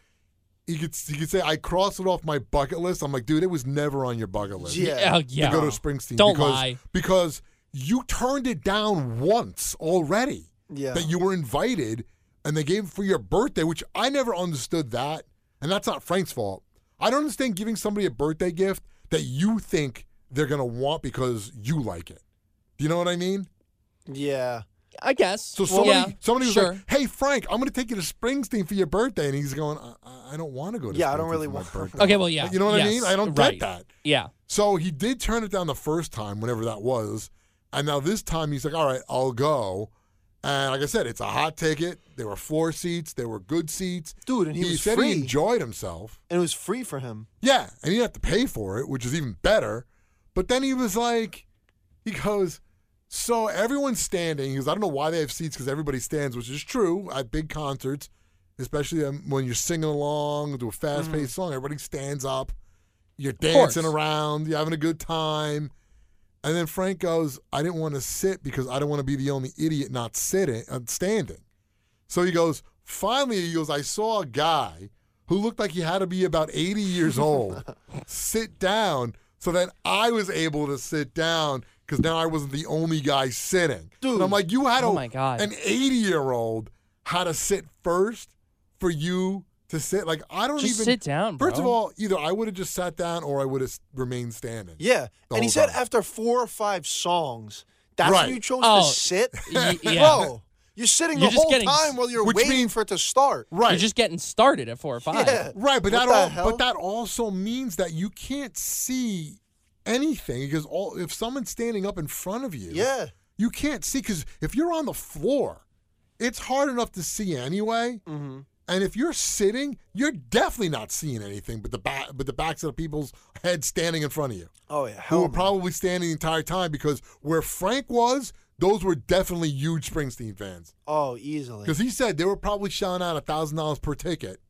Speaker 1: he you could you could say I crossed it off my bucket list. I'm like, dude, it was never on your bucket list.
Speaker 2: Yeah.
Speaker 3: Yeah, oh, yeah.
Speaker 1: to go to Springsteen.
Speaker 3: Don't
Speaker 1: because,
Speaker 3: lie.
Speaker 1: Because you turned it down once already.
Speaker 2: Yeah.
Speaker 1: That you were invited and they gave it for your birthday, which I never understood that. And that's not Frank's fault. I don't understand giving somebody a birthday gift that you think they're going to want because you like it. Do you know what I mean?
Speaker 2: Yeah.
Speaker 3: I guess.
Speaker 1: So
Speaker 3: Well,
Speaker 1: somebody,
Speaker 3: yeah,
Speaker 1: somebody was
Speaker 3: sure.
Speaker 1: like, "Hey Frank, I'm going to take you to Springsteen for your birthday," and he's going, "I, I- I don't want to go to
Speaker 2: Yeah, I
Speaker 1: Springsteen
Speaker 2: don't really
Speaker 1: for my
Speaker 2: want-
Speaker 1: birthday."
Speaker 3: Okay, well, yeah.
Speaker 1: You know what I
Speaker 3: yes,
Speaker 1: mean? I don't
Speaker 3: right.
Speaker 1: get that.
Speaker 3: Yeah.
Speaker 1: So he did turn it down the first time, whenever that was. And now this time he's like, all right, I'll go. And like I said, it's a hot ticket. There were floor seats, there were good seats.
Speaker 2: Dude, and he was
Speaker 1: said
Speaker 2: free.
Speaker 1: he enjoyed himself.
Speaker 2: And it was free for him.
Speaker 1: Yeah, and he didn't have to pay for it, which is even better. But then he was like, he goes, so everyone's standing. He goes, I don't know why they have seats because everybody stands, which is true at big concerts, especially um, when you're singing along to a fast paced song. Everybody stands up. You're
Speaker 3: course.
Speaker 1: dancing around. You're having a good time. And then Frank goes, I didn't want to sit because I don't want to be the only idiot not sitting, uh, standing. So he goes, finally, he goes, I saw a guy who looked like he had to be about 80 years old sit down so that I was able to sit down because now I wasn't the only guy sitting. Dude. I'm like, you had
Speaker 3: Oh
Speaker 1: a-
Speaker 3: my God.
Speaker 1: an 80 year old had to sit first for you to sit. Like, I don't
Speaker 3: Just
Speaker 1: even.
Speaker 3: sit down,
Speaker 1: First of
Speaker 3: bro.
Speaker 1: all, either I would have just sat down or I would have remained standing.
Speaker 2: Yeah.
Speaker 1: The
Speaker 2: and he
Speaker 1: whole
Speaker 2: said
Speaker 1: time.
Speaker 2: after four or five songs, that's
Speaker 1: Right.
Speaker 2: when you chose
Speaker 3: Oh,
Speaker 2: to sit?
Speaker 3: y- yeah.
Speaker 2: Bro, you're sitting
Speaker 3: You're
Speaker 2: the
Speaker 3: just
Speaker 2: whole
Speaker 3: getting-
Speaker 2: time while you're
Speaker 1: Which
Speaker 2: waiting
Speaker 1: means-
Speaker 2: for it to start.
Speaker 1: Right.
Speaker 3: You're just getting started at four or five.
Speaker 2: Yeah.
Speaker 1: Right, but
Speaker 2: What
Speaker 1: that
Speaker 2: the
Speaker 1: all,
Speaker 2: hell?
Speaker 1: but that also means that you can't see anything because all if someone's standing up in front of you,
Speaker 2: Yeah.
Speaker 1: you can't see because if you're on the floor, it's hard enough to see anyway. Mm-hmm. And if you're sitting, you're definitely not seeing anything but the back, but the backs of the people's heads standing in front of you,
Speaker 2: Oh, yeah.
Speaker 1: who
Speaker 2: Hell
Speaker 1: were
Speaker 2: no.
Speaker 1: probably standing the entire time because where Frank was, those were definitely huge Springsteen fans.
Speaker 2: oh, easily.
Speaker 1: Because he said they were probably shelling out a thousand dollars per ticket,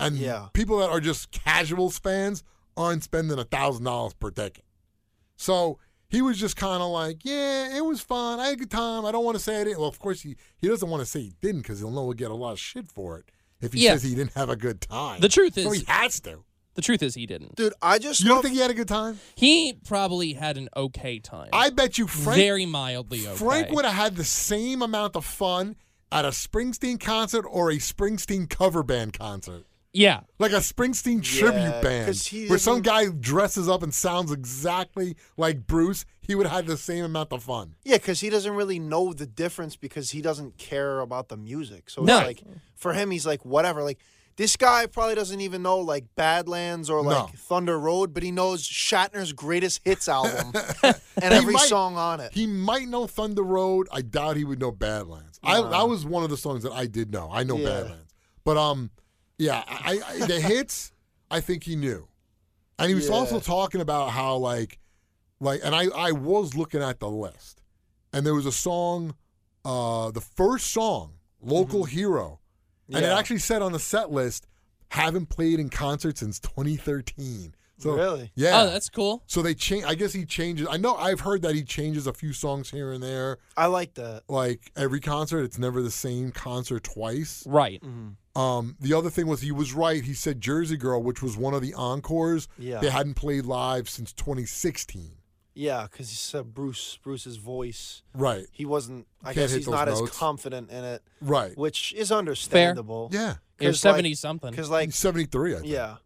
Speaker 1: and
Speaker 2: Yeah.
Speaker 1: people that are just casuals fans aren't spending a thousand dollars per ticket. So he was just kind of like, "Yeah, it was fun. I had a good time. I don't want to say I didn't." Well, of course he he doesn't want to say he didn't because he'll know he'll get a lot of shit for it if he
Speaker 3: Yeah.
Speaker 1: says he didn't have a good time.
Speaker 3: The truth
Speaker 1: so
Speaker 3: is-
Speaker 1: he has to.
Speaker 3: The truth is, he didn't.
Speaker 2: Dude, I just
Speaker 1: You don't
Speaker 2: love-
Speaker 1: think he had a good time?
Speaker 3: He probably had an okay time.
Speaker 1: I bet you Frank
Speaker 3: Very mildly okay.
Speaker 1: Frank would have had the same amount of fun at a Springsteen concert or a Springsteen cover band concert.
Speaker 3: Yeah.
Speaker 1: like a Springsteen tribute
Speaker 2: Yeah,
Speaker 1: band
Speaker 2: 'cause he
Speaker 1: where some
Speaker 2: isn't-
Speaker 1: guy dresses up and sounds exactly like Bruce, he would have the same amount of fun.
Speaker 2: Yeah, because he doesn't really know the difference because he doesn't care about the music. So
Speaker 3: No.
Speaker 2: it's like for him, he's like whatever. Like this guy probably doesn't even know like Badlands or like
Speaker 1: No.
Speaker 2: Thunder Road, but he knows Shatner's greatest hits album and every
Speaker 1: might-
Speaker 2: song on it.
Speaker 1: He might know Thunder Road. I doubt he would know Badlands. I that was one of the songs that I did know. I know
Speaker 2: Yeah.
Speaker 1: Badlands, but um, yeah, I, I the hits I think he knew, and he was
Speaker 2: Yeah.
Speaker 1: also talking about how like, like, and I I was looking at the list, and there was a song, uh, the first song, local
Speaker 2: Mm-hmm.
Speaker 1: hero, and it
Speaker 2: Yeah.
Speaker 1: actually said on the set list, haven't played in concert since 2013. So
Speaker 2: Really?
Speaker 1: yeah,
Speaker 3: Oh, that's cool.
Speaker 1: so they change. I guess he changes. I know I've heard that he changes a few songs here and there.
Speaker 2: I like that.
Speaker 1: Like every concert, it's never the same concert twice.
Speaker 3: Right.
Speaker 2: Mm.
Speaker 1: Um, the other thing was he was right. He said Jersey Girl, which was one of the encores.
Speaker 2: Yeah.
Speaker 1: They hadn't played live since 2016.
Speaker 2: Yeah, because he said Bruce, Bruce's voice.
Speaker 1: Right.
Speaker 2: He wasn't. I
Speaker 1: Can't
Speaker 2: guess
Speaker 1: hit
Speaker 2: he's
Speaker 1: those
Speaker 2: not
Speaker 1: notes.
Speaker 2: as confident in it,
Speaker 1: Right.
Speaker 2: which is understandable.
Speaker 1: Yeah.
Speaker 3: It was 70 something.
Speaker 2: Because like,
Speaker 1: He's 73. I think.
Speaker 2: yeah,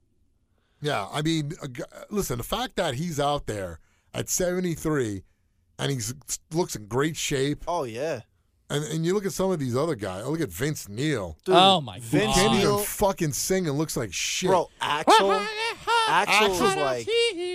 Speaker 1: Yeah, I mean, a gu- listen, the fact that he's out there at 73 and he's looks in great shape,
Speaker 2: oh yeah,
Speaker 1: and, and you look at some of these other guys. Look at Vince Neil.
Speaker 2: dude.
Speaker 3: Oh, my
Speaker 2: Vince
Speaker 3: God.
Speaker 1: Can't
Speaker 2: Neil,
Speaker 1: even fucking sing and looks like shit.
Speaker 2: bro, Axel. Axel was like,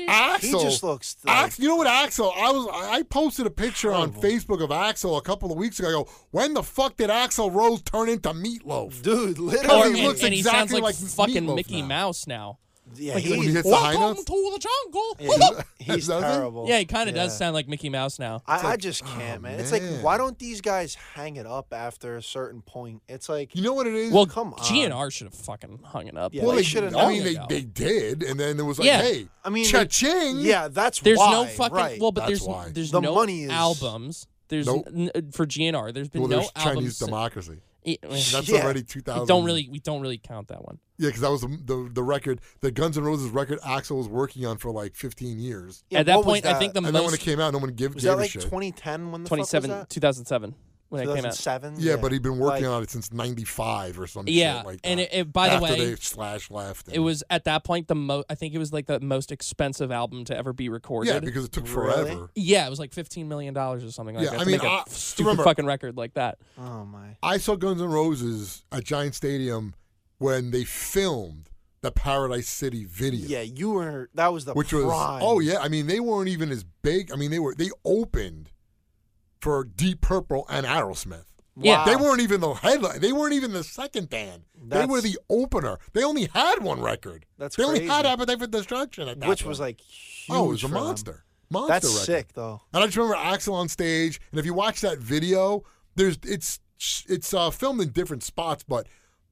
Speaker 1: Axel,
Speaker 2: he just looks like
Speaker 1: Ax, you know what, Axel? I was I I posted a picture on Facebook of Axel a couple of weeks ago. I go, when the fuck did Axel Rose turn into meatloaf?
Speaker 2: dude,
Speaker 1: Or he
Speaker 3: Or,
Speaker 2: literally.
Speaker 3: and,
Speaker 1: looks
Speaker 3: and he sounds
Speaker 1: exactly
Speaker 3: like,
Speaker 1: like
Speaker 3: fucking
Speaker 1: Meatloaf
Speaker 3: Mickey
Speaker 1: now.
Speaker 3: Mouse now.
Speaker 2: yeah,
Speaker 1: Like when he
Speaker 2: he's-
Speaker 1: hits the high
Speaker 3: Welcome
Speaker 1: notes.
Speaker 3: to the jungle.
Speaker 2: yeah, he-
Speaker 1: Is
Speaker 2: he's
Speaker 1: that him?
Speaker 2: terrible.
Speaker 3: yeah, he kind of does
Speaker 2: Yeah.
Speaker 3: sound like Mickey Mouse now.
Speaker 2: I, I just can't, man. It's like,
Speaker 1: Oh, man.
Speaker 2: why don't these guys hang it up after a certain point? It's like,
Speaker 1: You know what it is?
Speaker 3: Well,
Speaker 2: come on.
Speaker 3: GNR should have fucking hung it up.
Speaker 2: Yeah, Well, they
Speaker 1: they
Speaker 2: should've
Speaker 1: I
Speaker 2: known
Speaker 1: mean, they,
Speaker 3: ago.
Speaker 1: they did, and then there was like,
Speaker 3: Yeah.
Speaker 1: hey,
Speaker 2: I mean, they-
Speaker 1: cha-ching.
Speaker 2: yeah, that's
Speaker 3: There's
Speaker 2: why.
Speaker 3: no fucking
Speaker 2: right.
Speaker 3: well, but
Speaker 1: That's
Speaker 3: there's
Speaker 1: why.
Speaker 3: there's
Speaker 2: The
Speaker 3: no
Speaker 2: money is-
Speaker 3: albums. There's
Speaker 1: Nope.
Speaker 3: n- n- for GNR. There's been
Speaker 1: Well,
Speaker 3: no
Speaker 1: there's
Speaker 3: albums.
Speaker 1: Chinese democracy.
Speaker 3: It-
Speaker 1: That's
Speaker 2: Yeah.
Speaker 1: already 2000.
Speaker 3: we don't really we don't really count that one.
Speaker 1: Yeah, because that was the, the the record, the Guns N' Roses record Axel was working on for like 15 years.
Speaker 2: Yeah,
Speaker 3: At that
Speaker 2: what was
Speaker 3: point, I
Speaker 2: that?
Speaker 3: think the
Speaker 1: and then when it
Speaker 3: most
Speaker 1: came out, no one gave,
Speaker 2: was
Speaker 1: gave
Speaker 2: that
Speaker 1: a
Speaker 2: like
Speaker 1: shit.
Speaker 2: 2010 when the fuck was
Speaker 3: 27
Speaker 2: that?
Speaker 3: 2007 when it came out.
Speaker 2: 2007?
Speaker 1: yeah, but he'd been working
Speaker 2: Like,
Speaker 1: on it since 95 or something.
Speaker 3: Yeah,
Speaker 1: Shit like
Speaker 3: and
Speaker 1: that,
Speaker 3: it, it- by the
Speaker 1: after
Speaker 3: way,
Speaker 1: they slash left.
Speaker 3: it was at that point the most. I think it was like the most expensive album to ever be recorded.
Speaker 1: Yeah, because it took
Speaker 2: Really?
Speaker 1: forever.
Speaker 3: Yeah, it was like fifteen million dollars or something like
Speaker 1: Yeah,
Speaker 3: that.
Speaker 1: I
Speaker 3: to
Speaker 1: mean,
Speaker 3: make a
Speaker 1: I-
Speaker 3: stupid
Speaker 1: remember-
Speaker 3: fucking record like that.
Speaker 2: Oh my.
Speaker 1: I saw Guns N' Roses at Giant Stadium when they filmed the Paradise City video.
Speaker 2: Yeah, you were. That was the
Speaker 1: which
Speaker 2: prime.
Speaker 1: was oh yeah i mean they weren't even as big i mean they were they opened for deep purple and aerosmith
Speaker 3: Yeah.
Speaker 1: they weren't even the headline they weren't even the second band they were
Speaker 2: That's-
Speaker 1: the opener they only had one record
Speaker 2: That's
Speaker 1: they only
Speaker 2: crazy.
Speaker 1: had appetite for destruction at that
Speaker 2: which
Speaker 1: point.
Speaker 2: was like huge.
Speaker 1: oh it was a
Speaker 2: for them.
Speaker 1: monster monster
Speaker 2: That's
Speaker 1: record.
Speaker 2: sick though.
Speaker 1: and i just remember axel on stage and if you watch that video there's it's it's uh, filmed in different spots but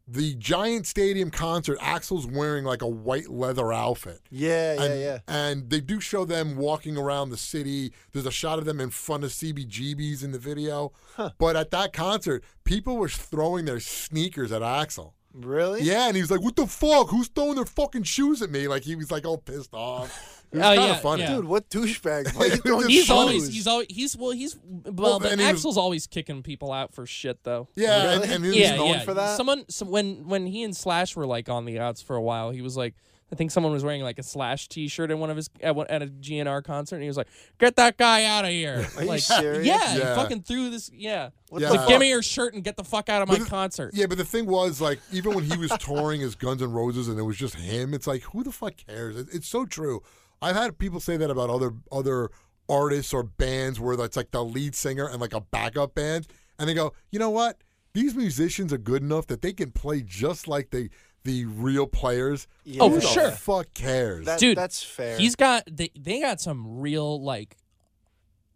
Speaker 1: the giant stadium concert axel's wearing like a white leather outfit
Speaker 2: Yeah, yeah,
Speaker 1: and,
Speaker 2: yeah.
Speaker 1: and they do show them walking around the city. There's a shot of them in front of CBGB's in the video. But at that concert, people were throwing their sneakers at Axel.
Speaker 2: Really?
Speaker 1: Yeah, and he was like, "What the fuck? Who's throwing their fucking shoes at me?" Like he was like all pissed off. It was
Speaker 3: Oh,
Speaker 1: kind
Speaker 3: yeah,
Speaker 1: of funny.
Speaker 3: yeah.
Speaker 2: Dude, what douchebag? Why are you
Speaker 1: It's
Speaker 2: throwing
Speaker 3: He's
Speaker 1: funny.
Speaker 3: always
Speaker 2: shoes?
Speaker 3: he's always he's well he's well,
Speaker 1: Well,
Speaker 3: but
Speaker 1: and he was-
Speaker 3: Axel's always kicking people out for shit though.
Speaker 1: Yeah,
Speaker 2: Really?
Speaker 1: and, and he was
Speaker 3: yeah,
Speaker 1: known
Speaker 3: yeah.
Speaker 1: for
Speaker 2: for that?
Speaker 3: Someone so when when he and Slash were like on the outs for a while, he was like. I think someone was wearing like a Slash T-shirt at one of his at, one, at a GNR concert, and he was like, "Get that guy out of here!"
Speaker 2: Are you
Speaker 3: like,
Speaker 2: serious?
Speaker 3: Yeah,
Speaker 1: Yeah.
Speaker 3: he fucking threw this. Yeah,
Speaker 2: What
Speaker 1: Yeah.
Speaker 2: the
Speaker 3: like,
Speaker 1: Uh,
Speaker 3: give
Speaker 2: fuck?
Speaker 3: me your shirt and get the fuck out of my
Speaker 1: But-
Speaker 3: concert.
Speaker 1: Yeah, but the thing was, like, even when he was touring as Guns N' Roses and it was just him, it's like, who the fuck cares? It, it's so true. I've had people say that about other other artists or bands where that's like the lead singer and like a backup band, and they go, you know what? These musicians are good enough that they can play just like the the real players.
Speaker 2: Yeah. Oh,
Speaker 1: Who
Speaker 3: for
Speaker 1: the
Speaker 3: sure.
Speaker 1: Fuck cares.
Speaker 2: That-
Speaker 3: Dude,
Speaker 2: that's fair.
Speaker 3: He's got they, they got some real like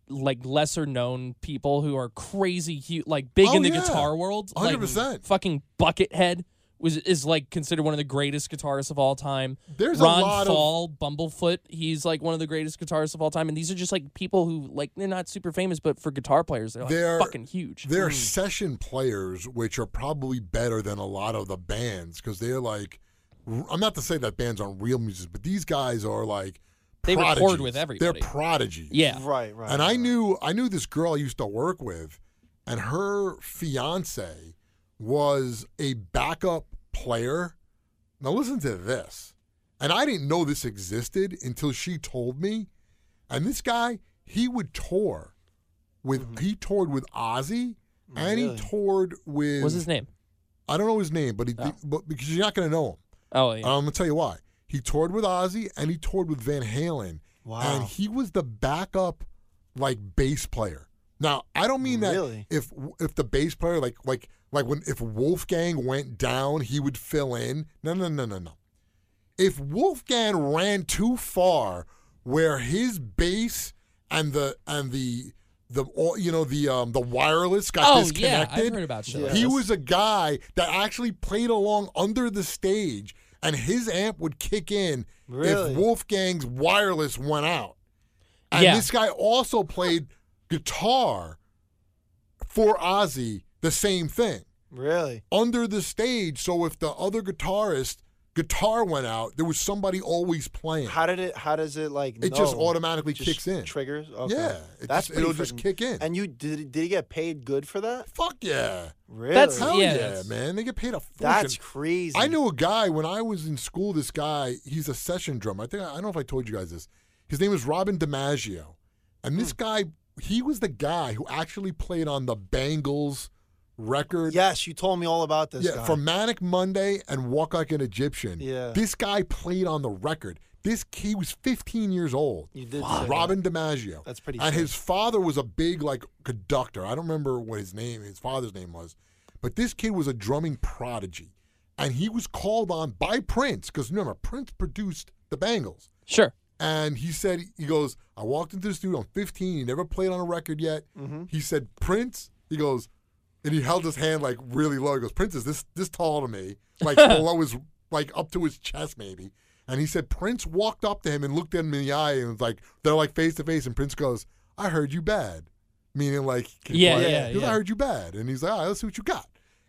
Speaker 3: like lesser known people who are crazy huge like big
Speaker 1: Oh,
Speaker 3: in the
Speaker 1: yeah.
Speaker 3: guitar world. Like
Speaker 1: 100%.
Speaker 3: fucking Buckethead was is like considered one of the greatest guitarists of all time.
Speaker 1: There's a
Speaker 3: Ron
Speaker 1: lot of-
Speaker 3: Fall, Bumblefoot, he's like one of the greatest guitarists of all time. And these are just like people who like they're not super famous, but for guitar players, they're, like,
Speaker 1: They're-
Speaker 3: fucking huge. Mm.
Speaker 1: They're session players, which are probably better than a lot of the bands because they're like, I'm not to say that bands aren't real musicians, but these guys are like,
Speaker 3: They record
Speaker 1: prodigies.
Speaker 3: with everybody.
Speaker 1: They're prodigies.
Speaker 3: yeah.
Speaker 2: right, right.
Speaker 1: And I
Speaker 2: right.
Speaker 1: knew I knew this girl I used to work with, and her fiance was a backup player. Now listen to this. And I didn't know this existed until she told me. And this guy, he would tour with
Speaker 3: Mm-hmm.
Speaker 1: he toured with Ozzy and
Speaker 2: Really?
Speaker 1: he toured with
Speaker 3: What's his name?
Speaker 1: I don't know his name, but he
Speaker 3: Oh.
Speaker 1: but because you're not gonna know him.
Speaker 3: Oh yeah.
Speaker 1: I'm gonna tell you why. He toured with Ozzy and he toured with Van Halen.
Speaker 2: Wow.
Speaker 1: And he was the backup, like bass player. Now I don't mean that
Speaker 2: Really?
Speaker 1: if if the bass player like like like when if Wolfgang went down, he would fill in. No no no no no. If Wolfgang ran too far, where his bass and the and the the all you know the um the wireless got
Speaker 3: Oh yeah,
Speaker 1: disconnected.
Speaker 3: I've heard about shit. like
Speaker 1: He
Speaker 3: this.
Speaker 1: was a guy that actually played along under the stage, and his amp would kick in
Speaker 2: Really?
Speaker 1: if Wolfgang's wireless went out. And
Speaker 3: Yeah.
Speaker 1: this guy also played guitar for Ozzy, the same thing
Speaker 2: Really?
Speaker 1: under the stage. So if the other guitarist guitar went out, there was somebody always playing.
Speaker 2: How did it? How does it like?
Speaker 1: It just
Speaker 2: know?
Speaker 1: automatically
Speaker 2: Just
Speaker 1: kicks in.
Speaker 2: Triggers. Okay.
Speaker 1: Yeah, it
Speaker 2: that's
Speaker 1: just- it'll
Speaker 2: pretty
Speaker 1: just
Speaker 2: freaking-
Speaker 1: kick in.
Speaker 2: And you did? Did he get paid good for that?
Speaker 1: Fuck yeah!
Speaker 2: Really?
Speaker 3: That's-
Speaker 1: Hell
Speaker 3: Yeah,
Speaker 1: yeah,
Speaker 3: that's-
Speaker 1: man! They get paid a fortune.
Speaker 2: That's crazy.
Speaker 1: I knew a guy when I was in school. This guy, he's a session drummer. I think I don't know if I told you guys this. His name was Robin DiMaggio, and this guy, he was the guy who actually played on the Bangles record.
Speaker 2: Yes, you told me all about this.
Speaker 1: yeah,
Speaker 2: guy.
Speaker 1: from Manic Monday and Walk Like an Egyptian.
Speaker 2: Yeah.
Speaker 1: this guy played on the record. This kid was 15 years old.
Speaker 2: You did say that.
Speaker 1: Robin DiMaggio.
Speaker 2: That's pretty
Speaker 1: And
Speaker 2: sick.
Speaker 1: his father was a big like conductor. I don't remember what his name, his father's name was, but this kid was a drumming prodigy, and he was called on by Prince because remember Prince produced the Bangles,
Speaker 3: sure.
Speaker 1: and he said he goes, I walked into the studio. I'm 15. He never played on a record yet.
Speaker 3: Mm-hmm.
Speaker 1: He said Prince. He goes, and he held his hand like really low. He goes, Prince is this this tall to me, like below his like up to his chest maybe. And he said Prince walked up to him and looked at him in the eye and was like they're like face to face. And Prince goes, I heard you bad, meaning like
Speaker 3: Yeah,
Speaker 1: like,
Speaker 3: yeah,
Speaker 1: he goes,
Speaker 3: yeah.
Speaker 1: I heard you bad. And he's like, all right, let's see what you got.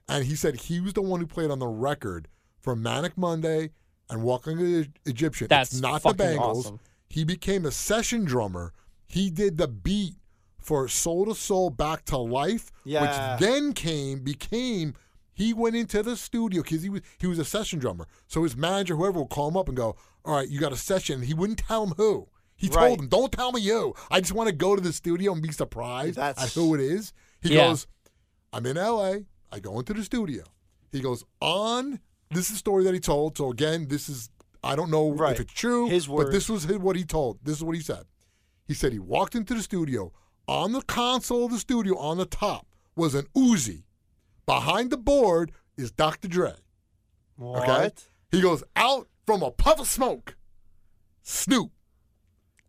Speaker 1: And he said he was the one who played on the record for Manic Monday and Walking the E-, Egyptian.
Speaker 3: That's
Speaker 1: it's not the
Speaker 3: fucking
Speaker 1: Bangles.
Speaker 3: awesome.
Speaker 1: He became a session drummer. He did the beat for Soul to Soul Back to Life,
Speaker 2: Yeah.
Speaker 1: which then came became he went into the studio because he was he was a session drummer. So his manager, whoever, would call him up and go, "All right, you got a session." He wouldn't tell him who. He
Speaker 2: Right.
Speaker 1: told him, "Don't tell me you. I just want to go to the studio and be surprised
Speaker 2: That's-
Speaker 1: at who it is." He
Speaker 3: Yeah.
Speaker 1: goes, "I'm in L.A. I go into the studio." He goes on. This is the story that he told. So again, this is I don't know
Speaker 2: Right.
Speaker 1: if it's true,
Speaker 2: His
Speaker 1: but this was his, what he told. This is what he said. He said he walked into the studio. On the console of the studio, on the top, was an Uzi. Behind the board is Dr. Dre.
Speaker 2: What?
Speaker 1: Okay? He goes out from a puff of smoke, Snoop.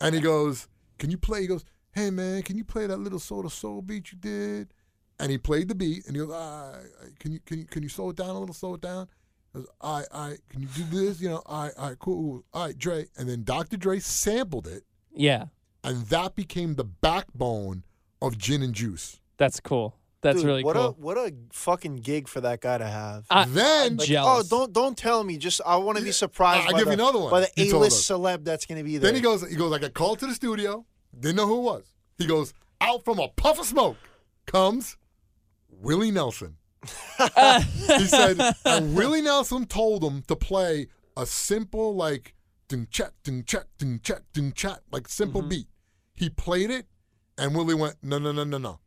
Speaker 1: And he goes, Can you play? He goes, Hey, man, can you play that little soul to soul beat you did? And he played the beat and he goes, "Ah, can you can you can you slow it down a little, slow it down? He goes, all right, all right, can you do this? You know, all right, all right, cool, all right, Dre. And then Dr. Dre sampled it,
Speaker 3: Yeah,
Speaker 1: and that became the backbone of Gin and Juice.
Speaker 3: that's cool. That's
Speaker 2: Dude,
Speaker 3: really
Speaker 2: what
Speaker 3: cool.
Speaker 2: A, what a fucking gig for that guy to have.
Speaker 3: I-
Speaker 1: then
Speaker 3: I'm
Speaker 2: Like, oh,
Speaker 3: jealous.
Speaker 2: don't don't tell me. Just I want to be surprised.
Speaker 1: I'll
Speaker 2: by
Speaker 1: give
Speaker 2: the,
Speaker 1: you another one.
Speaker 2: By the
Speaker 1: He
Speaker 2: A
Speaker 1: told
Speaker 2: list celeb that's going to be there.
Speaker 1: Then he goes, he goes, I got called to the studio, didn't know who it was. He goes, out from a puff of smoke comes Willie Nelson. he said, and Willie Nelson told him to play a simple, like, ding chat, ding chat, ding chat, ding chat, like simple beat. He played it, and Willie went, no, no, no, no, no.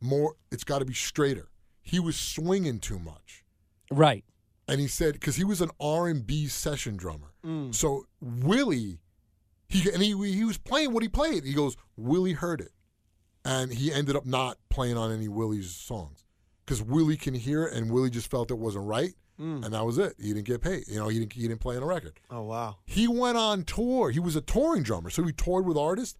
Speaker 1: More, it's got to be straighter. He was swinging too much
Speaker 3: right.
Speaker 1: and he said because he was an R and B session drummer.
Speaker 2: Mm.
Speaker 1: So Willie, he and he he was playing what he played. He goes, Willie heard it, and he ended up not playing on any Willie's songs because Willie can hear it, and Willie just felt it wasn't right, and that was it. He didn't get paid. You know, he didn't he didn't play on a record.
Speaker 2: mm. Oh wow.
Speaker 1: He went on tour. He was a touring drummer, so he toured with artists.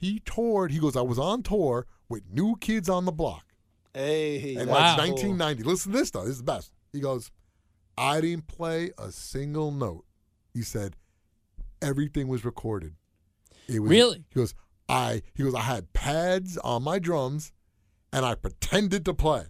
Speaker 1: He toured. He goes, I was on tour with New Kids on the Block.
Speaker 2: Hey.
Speaker 1: And
Speaker 2: that's
Speaker 3: Wow.
Speaker 1: like
Speaker 2: cool.
Speaker 1: 1990. Listen to this though. This is the best. He goes, I didn't play a single note. He said, everything was recorded. It was,
Speaker 3: Really?
Speaker 1: He goes, I. He goes, I had pads on my drums, and I pretended to play.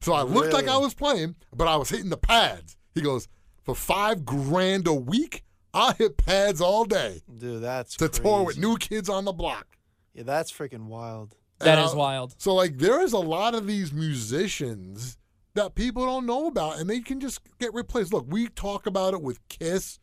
Speaker 1: So I looked like I
Speaker 2: Really?
Speaker 1: was playing, but I was hitting the pads. He goes, for five grand a week, I hit pads all day
Speaker 2: Dude, that's
Speaker 1: to tour with
Speaker 2: crazy.
Speaker 1: new kids on the block.
Speaker 2: Yeah, that's freaking wild.
Speaker 3: That
Speaker 1: And
Speaker 3: is
Speaker 1: I-
Speaker 3: wild.
Speaker 1: So like there is a lot of these musicians that people don't know about and they can just get replaced. Look, we talk about it with Kiss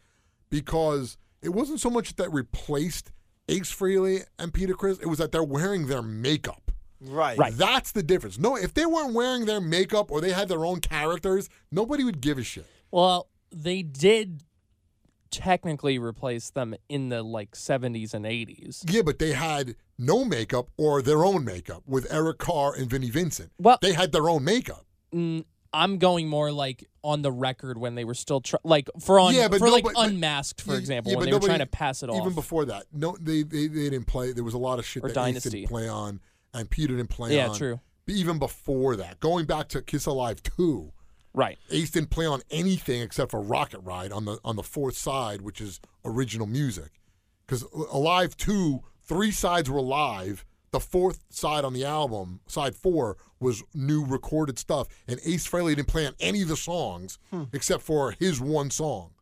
Speaker 1: because it wasn't so much that replaced Ace Frehley and Peter Chris, it was that they're wearing their makeup.
Speaker 2: Right.
Speaker 3: Right.
Speaker 1: That's the difference. No, if they weren't wearing their makeup or they had their own characters, nobody would give a shit.
Speaker 3: Well, they did technically replace them in the like 70s and 80s.
Speaker 1: Yeah, but they had no makeup or their own makeup with Eric Carr and Vinnie Vincent.
Speaker 3: Well-
Speaker 1: they had their own makeup.
Speaker 3: Mm, I'm going more like on the record when they were still tr- like for on
Speaker 1: Yeah, but
Speaker 3: for
Speaker 1: no,
Speaker 3: like
Speaker 1: but- but-
Speaker 3: unmasked, for
Speaker 1: Yeah,
Speaker 3: example,
Speaker 1: yeah,
Speaker 3: when
Speaker 1: but
Speaker 3: they were
Speaker 1: nobody-
Speaker 3: trying to pass it off.
Speaker 1: Even before that, no, they, they they didn't play. There was a lot of shit
Speaker 3: Or
Speaker 1: that Ace
Speaker 3: Dynasty.
Speaker 1: didn't play on, and Peter didn't play
Speaker 3: Yeah,
Speaker 1: on.
Speaker 3: true.
Speaker 1: But even before that, going back to Kiss Alive two,
Speaker 3: right.
Speaker 1: Ace didn't play on anything except for Rocket Ride on the on the fourth side, which is original music. Because Alive two, three sides were live. The fourth side on the album, side four, was new recorded stuff, and Ace Frehley didn't play on any of the songs except for his one song.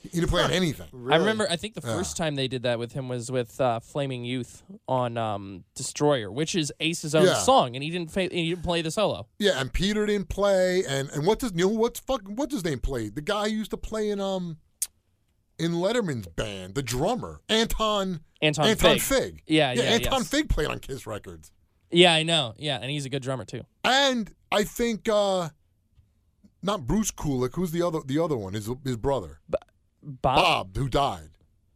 Speaker 1: He didn't play on anything.
Speaker 3: I remember. I think the first
Speaker 1: Ah.
Speaker 3: time they did that with him was with uh, Flaming Youth on um, Destroyer, which is Ace's own
Speaker 1: Yeah.
Speaker 3: song, and he didn't fa- and he didn't play the solo.
Speaker 1: Yeah, and Peter didn't play, and and what's his you know what's fuck what's his name played? The guy who used to play in um in Letterman's band, the drummer Anton
Speaker 3: Anton Fig.
Speaker 1: Fig.
Speaker 3: Yeah, yeah,
Speaker 1: Anton
Speaker 3: yes.
Speaker 1: Fig played on Kiss records,
Speaker 3: Yeah, I know. Yeah, and he's a good drummer too.
Speaker 1: and I think uh not Bruce Kulick, who's the other the other one, his his brother
Speaker 3: Bob.
Speaker 1: Bob, who died.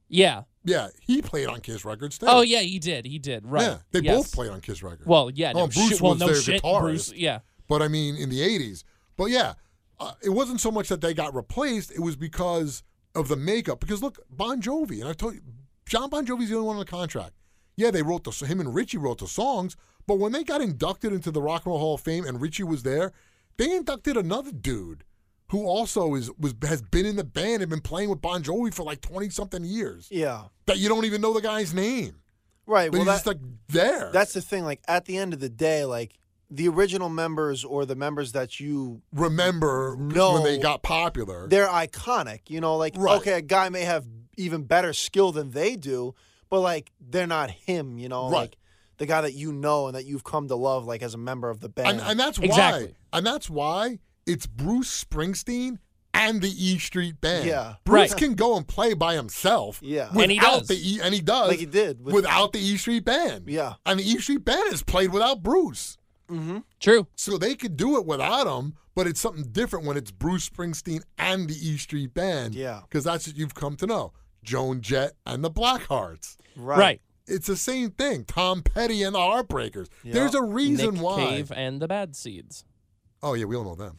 Speaker 3: Yeah.
Speaker 1: Yeah, he played on Kiss records too.
Speaker 3: Oh yeah, he did. He did. Right.
Speaker 1: Yeah, they
Speaker 3: Yes.
Speaker 1: both played on Kiss records.
Speaker 3: Well, yeah. No
Speaker 1: Oh, Bruce
Speaker 3: shit. Well,
Speaker 1: was
Speaker 3: no
Speaker 1: their
Speaker 3: shit.
Speaker 1: guitarist.
Speaker 3: Bruce. Yeah.
Speaker 1: But I mean, in the 80s. But yeah, uh, it wasn't so much that they got replaced, it was because of the makeup. Because look, Bon Jovi, and I told you, John Bon Jovi's the only one on the contract. Yeah, they wrote the, him and Richie wrote the songs, but when they got inducted into the Rock and Roll Hall of Fame and Richie was there, they inducted another dude who also is was has been in the band and been playing with Bon Jovi for like 20 something years
Speaker 2: Yeah.
Speaker 1: that you don't even know the guy's name.
Speaker 2: Right.
Speaker 1: But
Speaker 2: Well,
Speaker 1: he's
Speaker 2: that,
Speaker 1: just like there.
Speaker 2: that's the thing. Like at the end of the day, like the original members or the members that you
Speaker 1: Remember
Speaker 2: No.
Speaker 1: when they got popular.
Speaker 2: they're iconic. You know, like
Speaker 1: Right.
Speaker 2: okay, a guy may have even better skill than they do, but like they're not him. You know,
Speaker 1: Right.
Speaker 2: like the guy that you know and that you've come to love, like as a member of the
Speaker 1: And,
Speaker 2: band.
Speaker 1: and that's
Speaker 3: Exactly.
Speaker 1: why. And that's why it's Bruce Springsteen and the E Street Band.
Speaker 2: Yeah.
Speaker 1: Bruce
Speaker 3: Right.
Speaker 1: can go and play by himself.
Speaker 2: Yeah.
Speaker 1: Without
Speaker 3: And he does.
Speaker 1: The e, and he does.
Speaker 2: Like he did with-
Speaker 1: without the E Street Band.
Speaker 2: Yeah.
Speaker 1: And the E Street Band is played without Bruce.
Speaker 3: True.
Speaker 1: So they could do it without him, but it's something different when it's Bruce Springsteen and the E Street Band.
Speaker 2: Yeah.
Speaker 1: Because that's what you've come to know. Joan Jett and the Blackhearts.
Speaker 3: Right.
Speaker 1: It's the same thing. Tom Petty and the Heartbreakers.
Speaker 2: Yeah.
Speaker 1: There's a reason
Speaker 3: Nick
Speaker 1: why.
Speaker 3: Cave and the Bad Seeds.
Speaker 1: Oh yeah, we all know them.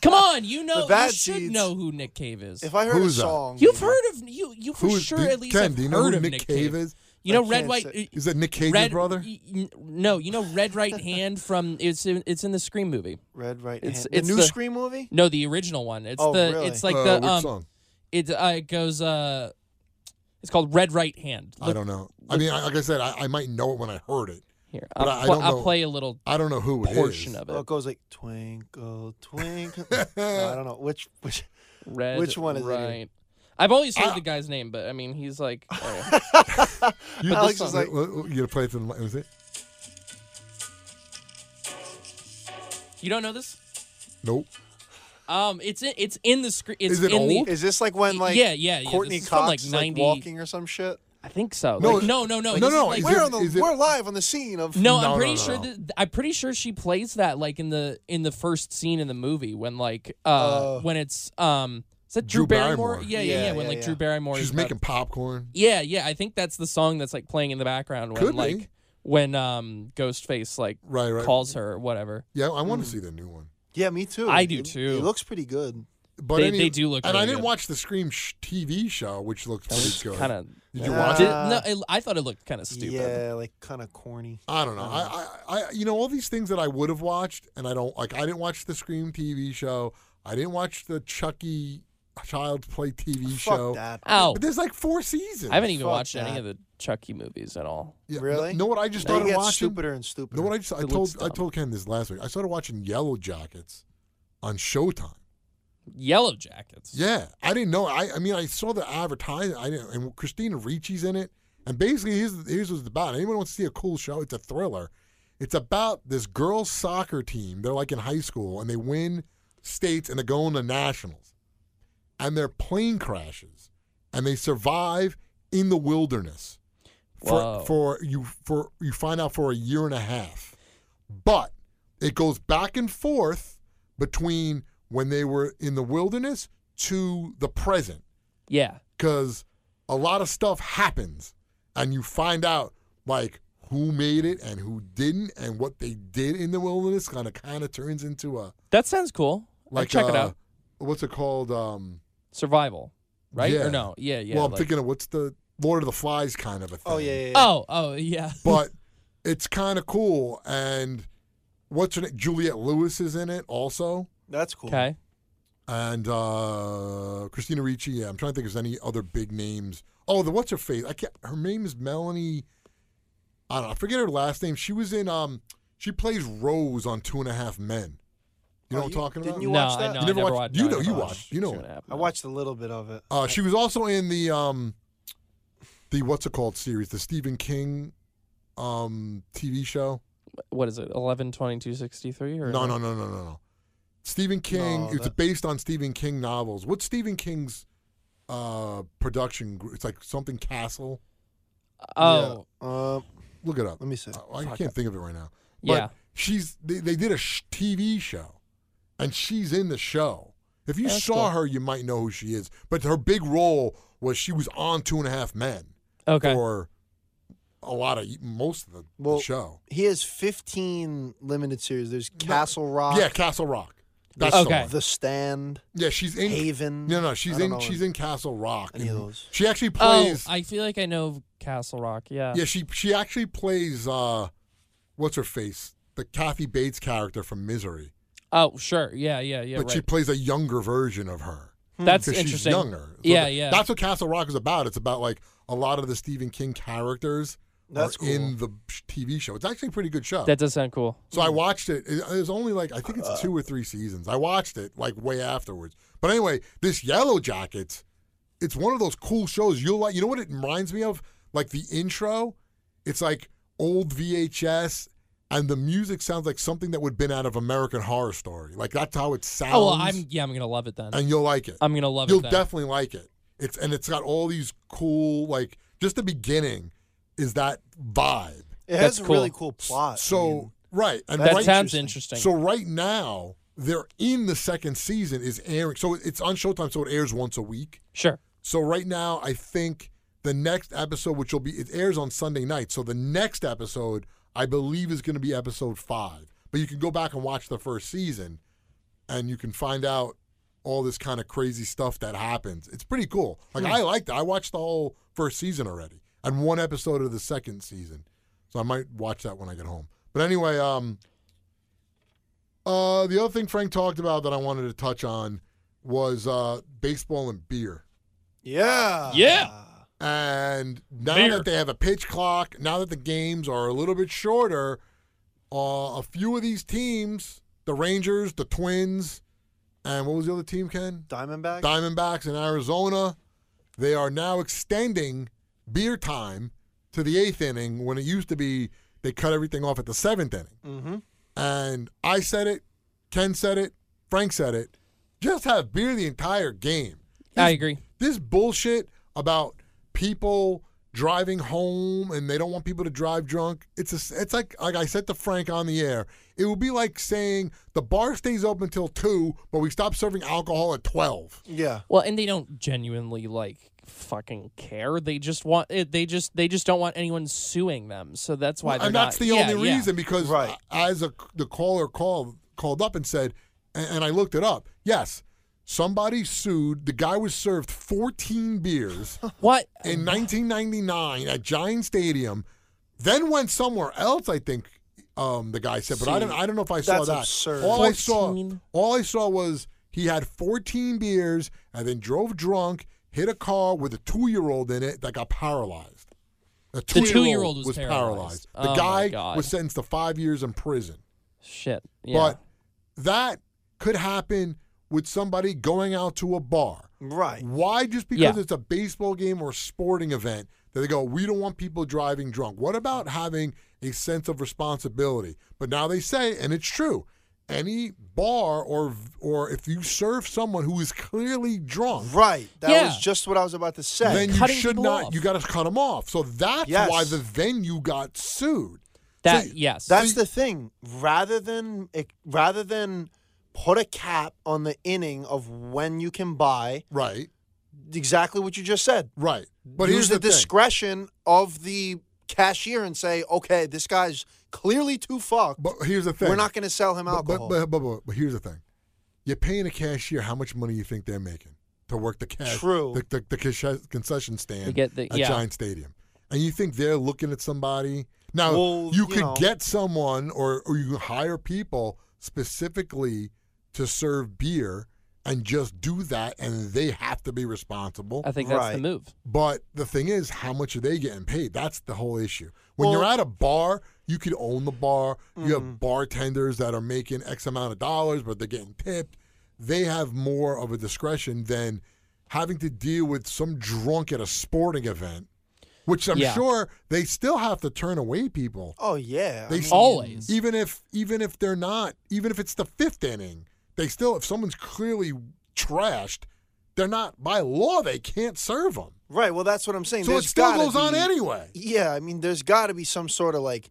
Speaker 3: Come on, you know you
Speaker 2: Bad
Speaker 3: should
Speaker 2: Seeds.
Speaker 3: know who Nick Cave is.
Speaker 2: If I heard
Speaker 1: Who's
Speaker 2: a
Speaker 1: that?
Speaker 2: song,
Speaker 3: You've heard of you. You for
Speaker 1: Who's-
Speaker 3: sure
Speaker 1: do you-
Speaker 3: at least
Speaker 1: Ken,
Speaker 3: have
Speaker 1: do you know
Speaker 3: heard
Speaker 1: who
Speaker 3: of
Speaker 1: Nick Cave is?
Speaker 3: You
Speaker 2: I
Speaker 3: know red
Speaker 2: can't
Speaker 3: white. uh,
Speaker 2: say-
Speaker 1: Is that Nick Cage's
Speaker 3: red e,
Speaker 1: brother?
Speaker 3: y- y- No, you know red right hand from it's in, it's in the Scream movie.
Speaker 2: Red Right
Speaker 3: It's-
Speaker 2: Hand.
Speaker 3: it's
Speaker 2: the new
Speaker 3: the-
Speaker 2: Scream movie.
Speaker 3: No, the original one. It's
Speaker 2: Oh,
Speaker 3: the
Speaker 2: really?
Speaker 3: it's like
Speaker 1: Uh,
Speaker 3: the
Speaker 1: which
Speaker 3: um
Speaker 1: song?
Speaker 3: it uh, it goes uh it's called Red Right Hand.
Speaker 1: I don't know. I mean, I- like I said, I, I might know it when I heard it.
Speaker 3: Here,
Speaker 1: But
Speaker 3: I'll,
Speaker 1: I- I
Speaker 3: pl-
Speaker 1: don't
Speaker 3: I'll
Speaker 1: know
Speaker 3: play a little
Speaker 1: I don't know who it is.
Speaker 3: portion of it.
Speaker 2: Oh, it goes like twinkle, twinkle. No, I don't know which which.
Speaker 3: Red
Speaker 2: Which one is it in?
Speaker 3: right? I've always heard
Speaker 1: Ah.
Speaker 3: the guy's name, but I mean he's like oh.
Speaker 1: You, uh,
Speaker 2: Alex is like-
Speaker 1: you gonna play it to the mic? Is it?
Speaker 3: you don't know this.
Speaker 1: Nope.
Speaker 3: Um, it's in, it's in the screen. It's
Speaker 1: Is it
Speaker 3: in
Speaker 1: old?
Speaker 3: the.
Speaker 2: Is this like when like
Speaker 3: yeah, yeah, yeah.
Speaker 2: Courtney
Speaker 3: this is from, like,
Speaker 2: Cox is, like,
Speaker 3: 90
Speaker 2: walking or some shit?
Speaker 3: I think so.
Speaker 1: No,
Speaker 3: No, like, no, no, no.
Speaker 1: no,
Speaker 3: this is
Speaker 1: no,
Speaker 3: like-
Speaker 1: is
Speaker 2: we're
Speaker 1: it-
Speaker 2: on the
Speaker 1: is it-
Speaker 2: we're live on the scene of
Speaker 3: no,
Speaker 1: No,
Speaker 3: I'm
Speaker 1: no,
Speaker 3: pretty
Speaker 1: no,
Speaker 3: sure.
Speaker 1: no.
Speaker 3: That, I'm pretty sure she plays that like in the in the first scene in the movie when like uh,
Speaker 2: Uh,
Speaker 3: when it's um is that
Speaker 1: Drew
Speaker 3: Drew Barrymore?
Speaker 1: Barrymore.
Speaker 3: Yeah, yeah, yeah,
Speaker 2: Yeah,
Speaker 3: When
Speaker 2: yeah,
Speaker 3: like
Speaker 2: yeah.
Speaker 3: Drew Barrymore. is
Speaker 1: She's
Speaker 3: about-
Speaker 1: making popcorn.
Speaker 3: Yeah, yeah. I think that's the song that's like playing in the background when
Speaker 1: Could be.
Speaker 3: like when um Ghostface like
Speaker 1: Right, right.
Speaker 3: calls her or whatever.
Speaker 1: Yeah, I
Speaker 3: Hmm.
Speaker 1: want to see the new one.
Speaker 2: Yeah, me too.
Speaker 3: I do
Speaker 2: It-
Speaker 3: too.
Speaker 2: It looks pretty good.
Speaker 1: But
Speaker 3: They-
Speaker 1: any-
Speaker 3: they do look
Speaker 1: And I
Speaker 3: really
Speaker 1: didn't
Speaker 3: good.
Speaker 1: watch the Scream sh- TV show, which looked
Speaker 3: That was
Speaker 1: pretty good.
Speaker 3: kind of.
Speaker 1: Did you
Speaker 2: Uh,
Speaker 1: watch
Speaker 2: did-
Speaker 1: it?
Speaker 3: no, it, I thought it looked kind of stupid.
Speaker 2: Yeah, like kind of corny.
Speaker 1: I don't know. I,
Speaker 3: Hmm.
Speaker 1: I, I, you know, all these things that I would have watched, and I don't like. I didn't watch the Scream TV show. I didn't watch the Chucky Child's Play TV
Speaker 2: Fuck
Speaker 1: show.
Speaker 2: that.
Speaker 3: Ow.
Speaker 1: But there's like four seasons.
Speaker 3: Oh. I haven't e- even
Speaker 2: Fuck
Speaker 3: watched any
Speaker 2: that.
Speaker 3: of the Chucky movies at all.
Speaker 1: Yeah, kn-
Speaker 2: Really?
Speaker 1: Know what I just
Speaker 2: They
Speaker 1: started
Speaker 2: get
Speaker 1: watching?
Speaker 2: stupider and stupider.
Speaker 1: Know what I just? I
Speaker 3: It
Speaker 1: told
Speaker 3: looks
Speaker 1: I
Speaker 3: dumb.
Speaker 1: told Ken this last week. I started watching Yellow Jackets on Showtime.
Speaker 3: Yellow Jackets.
Speaker 1: Yeah, I didn't know. I I mean, I saw the advertising. I didn't, and Christina Ricci's in it. And basically, here's here's what it's about. Anyone wants to see a cool show? It's a thriller. It's about this girls' soccer team. They're like in high school, and they win states, and they're going to nationals. And their plane crashes, and they survive in the wilderness for,
Speaker 3: Whoa.
Speaker 1: for you for you find out for a year and a half. But it goes back and forth between when they were in the wilderness to the present
Speaker 3: Yeah.
Speaker 1: because a lot of stuff happens and you find out like who made it and who didn't and what they did in the wilderness kind of kind of turns into a
Speaker 3: That sounds cool.
Speaker 1: like uh,
Speaker 3: Like check it
Speaker 1: a-
Speaker 3: out.
Speaker 1: what's it called um
Speaker 3: Survival, right?
Speaker 1: yeah.
Speaker 3: Or no? Yeah, yeah.
Speaker 1: well i'm
Speaker 3: like-
Speaker 1: thinking of what's the lord of the flies kind of a thing
Speaker 2: Oh yeah, yeah. yeah.
Speaker 3: Oh, oh, yeah.
Speaker 1: but it's kind of cool. And what's her name? Juliette Lewis is in it also,
Speaker 2: That's cool.
Speaker 3: Okay.
Speaker 1: and uh, Christina Ricci. Yeah, I'm trying to think if there's any other big names. Oh, the what's her face? I can't. Her name is Melanie. I don't. know. I forget her last name. She was in. Um, she plays Rose on Two and a Half Men. You know
Speaker 2: Oh,
Speaker 1: what I'm
Speaker 2: you-
Speaker 1: talking
Speaker 2: didn't
Speaker 1: about?
Speaker 2: You
Speaker 3: no,
Speaker 2: watched
Speaker 3: I,
Speaker 2: that?
Speaker 3: no,
Speaker 2: You
Speaker 3: I
Speaker 1: never
Speaker 3: never
Speaker 1: watched-
Speaker 3: watched.
Speaker 1: you
Speaker 3: no, I
Speaker 1: know,
Speaker 3: never
Speaker 1: you watched, you know
Speaker 3: Two
Speaker 1: it.
Speaker 3: and a half
Speaker 2: I watched a little bit of it.
Speaker 1: Uh, she was also in the um, the what's it called series, the Stephen King, um, TV show.
Speaker 3: Men. What is it? Eleven twenty two sixty three or
Speaker 1: No, no, no, no, no, no. Stephen King.
Speaker 2: No,
Speaker 1: it's
Speaker 2: that-
Speaker 1: based on Stephen King novels. What's Stephen King's uh, production? gr- It's like something Castle.
Speaker 3: Oh,
Speaker 2: Uh,
Speaker 1: Look it up.
Speaker 2: let me see.
Speaker 1: I- I can't think of it right now. But
Speaker 3: yeah.
Speaker 1: she's they, they did a sh- TV show, and she's in the show. If you
Speaker 3: That's
Speaker 1: saw
Speaker 3: cool.
Speaker 1: her, you might know who she is. But her big role was she was on Two and a Half Men
Speaker 3: Okay.
Speaker 1: for a lot of most of the, the
Speaker 2: Well,
Speaker 1: show.
Speaker 2: He has 15 limited series. There's Castle Rock.
Speaker 1: yeah, Castle Rock. That's the
Speaker 3: Okay.
Speaker 1: one.
Speaker 2: The Stand.
Speaker 1: Yeah, she's in
Speaker 2: Haven.
Speaker 1: No, no, she's
Speaker 2: I don't
Speaker 1: in
Speaker 2: know
Speaker 1: she's in Castle Rock.
Speaker 2: any of
Speaker 1: and
Speaker 2: those.
Speaker 1: She actually
Speaker 3: Oh,
Speaker 1: plays.
Speaker 3: I feel like I know Castle Rock. Yeah.
Speaker 1: yeah, she she actually plays. uh What's her face? The Kathy Bates character from Misery,
Speaker 3: Oh, sure. Yeah, yeah, yeah.
Speaker 1: but
Speaker 3: right.
Speaker 1: she plays a younger version of her.
Speaker 3: That's
Speaker 1: because
Speaker 3: interesting.
Speaker 1: She's younger. So
Speaker 3: yeah,
Speaker 1: th-
Speaker 3: yeah.
Speaker 1: That's what Castle Rock is about. It's about like a lot of the Stephen King characters
Speaker 2: That's
Speaker 1: are
Speaker 2: cool.
Speaker 1: in the sh- TV show. It's actually a pretty good show.
Speaker 3: That does sound cool.
Speaker 1: so I watched it. It it was only like I think it's two or three seasons. I watched it like way afterwards. But anyway, this Yellow Jackets, it's one of those cool shows you'll like. You know what it reminds me of? Like the intro, it's like old VHS, and the music sounds like something that would have been out of American Horror Story. Like that's how it sounds.
Speaker 3: Oh, well, I'm yeah, I'm gonna love it then.
Speaker 1: and you'll like it.
Speaker 3: I'm gonna love
Speaker 1: You'll
Speaker 3: it. Then.
Speaker 1: definitely like it. It's and it's got all these cool like just the beginning is that vibe.
Speaker 2: It
Speaker 3: That's
Speaker 2: has a really
Speaker 3: cool.
Speaker 2: cool plot. I
Speaker 1: So
Speaker 2: mean,
Speaker 1: right and
Speaker 3: that
Speaker 1: right.
Speaker 3: sounds
Speaker 2: interesting.
Speaker 3: interesting.
Speaker 1: so right now they're in the second season is airing. So it's on Showtime. So it airs once a week.
Speaker 3: sure.
Speaker 1: So right now I think the next episode, which will be it airs on Sunday night. So the next episode I believe is going to be episode five. But you can go back and watch the first season, and you can find out all this kind of crazy stuff that happens. It's pretty cool. Like I liked it. I watched the whole first season already and one episode of the second season. So I might watch that when I get home. But anyway, um uh the other thing Frank talked about that I wanted to touch on was uh baseball and beer.
Speaker 2: yeah,
Speaker 3: Yeah.
Speaker 1: And now
Speaker 3: Beer.
Speaker 1: that they have a pitch clock, now that the games are a little bit shorter, uh, a few of these teams, the Rangers, the Twins, and what was the other team, Ken?
Speaker 2: Diamondback.
Speaker 1: Diamondbacks in Arizona. They are now extending beer time to the eighth inning when it used to be they cut everything off at the seventh inning.
Speaker 2: mm-hmm.
Speaker 1: And I said it, Ken said it, Frank said it. Just have beer the entire game.
Speaker 3: I agree.
Speaker 1: This bullshit about people driving home and they don't want people to drive drunk. It's a, it's like like I said to Frank on the air. It would be like saying the bar stays open until two, but we stop serving alcohol at twelve.
Speaker 2: Yeah.
Speaker 3: Well, and they don't genuinely like fucking care. They just want it. They just they just don't want anyone suing them. So that's why.
Speaker 1: Well,
Speaker 3: they're
Speaker 1: and
Speaker 3: not,
Speaker 1: that's the
Speaker 3: yeah,
Speaker 1: only
Speaker 3: yeah.
Speaker 1: reason because
Speaker 2: Right.
Speaker 1: uh, as a, the caller called called up and said, and, and I looked it up. Yes, somebody sued. The guy was served 14 beers
Speaker 3: What?
Speaker 1: in 1999 at Giant Stadium, then went somewhere else. I think um, the guy said, but I don't. I don't know if I saw
Speaker 2: that's
Speaker 1: that.
Speaker 2: absurd.
Speaker 1: All I saw,
Speaker 3: 14.
Speaker 1: all I saw was he had 14 beers and then drove drunk, hit a car with a two-year-old in it that got paralyzed. The two-year-old,
Speaker 3: two-year-old was
Speaker 1: paralyzed.
Speaker 3: paralyzed.
Speaker 1: The
Speaker 3: Oh, my
Speaker 1: guy
Speaker 3: God.
Speaker 1: was sentenced to five years in prison.
Speaker 3: Shit. Yeah.
Speaker 1: But that could happen with somebody going out to a bar.
Speaker 2: Right.
Speaker 1: Why just because
Speaker 3: Yeah.
Speaker 1: it's a baseball game or sporting event that they go, we don't want people driving drunk? What about having a sense of responsibility? But now they say, and it's true, any bar or or if you serve someone who is clearly drunk,
Speaker 2: Right. That
Speaker 3: Yeah.
Speaker 2: was just what I was about to say.
Speaker 1: then you
Speaker 3: Cutting
Speaker 1: should
Speaker 3: people
Speaker 1: not.
Speaker 3: off.
Speaker 1: You got to cut them off. So that's
Speaker 2: Yes.
Speaker 1: why the venue got sued.
Speaker 3: that
Speaker 1: so-
Speaker 3: yes.
Speaker 2: That's the thing. Rather than rather than put a cap on the inning of when you can buy,
Speaker 1: Right,
Speaker 2: exactly what you just said.
Speaker 1: right. But
Speaker 2: Use
Speaker 1: here's
Speaker 2: the,
Speaker 1: the, thing.
Speaker 2: discretion of the cashier and say, okay, this guy's clearly too fucked.
Speaker 1: But here's the thing.
Speaker 2: We're not going to sell him
Speaker 1: But-
Speaker 2: alcohol.
Speaker 1: But, but, but, but, but here's the thing: you're paying a cashier how much money you think they're making to work the cash,
Speaker 2: True.
Speaker 1: the, the, the cash- concession stand
Speaker 3: To get the-
Speaker 1: at
Speaker 3: yeah.
Speaker 1: Giant Stadium, and you think they're looking at somebody. Now
Speaker 2: Well,
Speaker 1: you
Speaker 2: you
Speaker 1: could
Speaker 2: know.
Speaker 1: get someone, or or you can hire people specifically to serve beer and just do that, and they have to be responsible.
Speaker 3: I think that's the
Speaker 2: Right.
Speaker 3: move.
Speaker 1: But the thing is, how much are they getting paid? That's the whole issue. When
Speaker 2: Well-
Speaker 1: you're at a bar, you could own the bar. You have bartenders that are making X amount of dollars, but they're getting tipped. They have more of a discretion than having to deal with some drunk at a sporting event, which I'm
Speaker 3: Yeah.
Speaker 1: sure they still have to turn away people.
Speaker 2: oh yeah. I
Speaker 1: They
Speaker 2: mean,
Speaker 3: Always.
Speaker 1: Even if even if they're not, even if it's the fifth inning, they still if someone's clearly trashed, they're not by law they can't serve them.
Speaker 2: Right. Well, that's what I'm saying.
Speaker 1: So it
Speaker 2: There's
Speaker 1: still
Speaker 2: gotta
Speaker 1: goes on
Speaker 2: be-
Speaker 1: anyway.
Speaker 2: Yeah, I mean, there's got to be some sort of like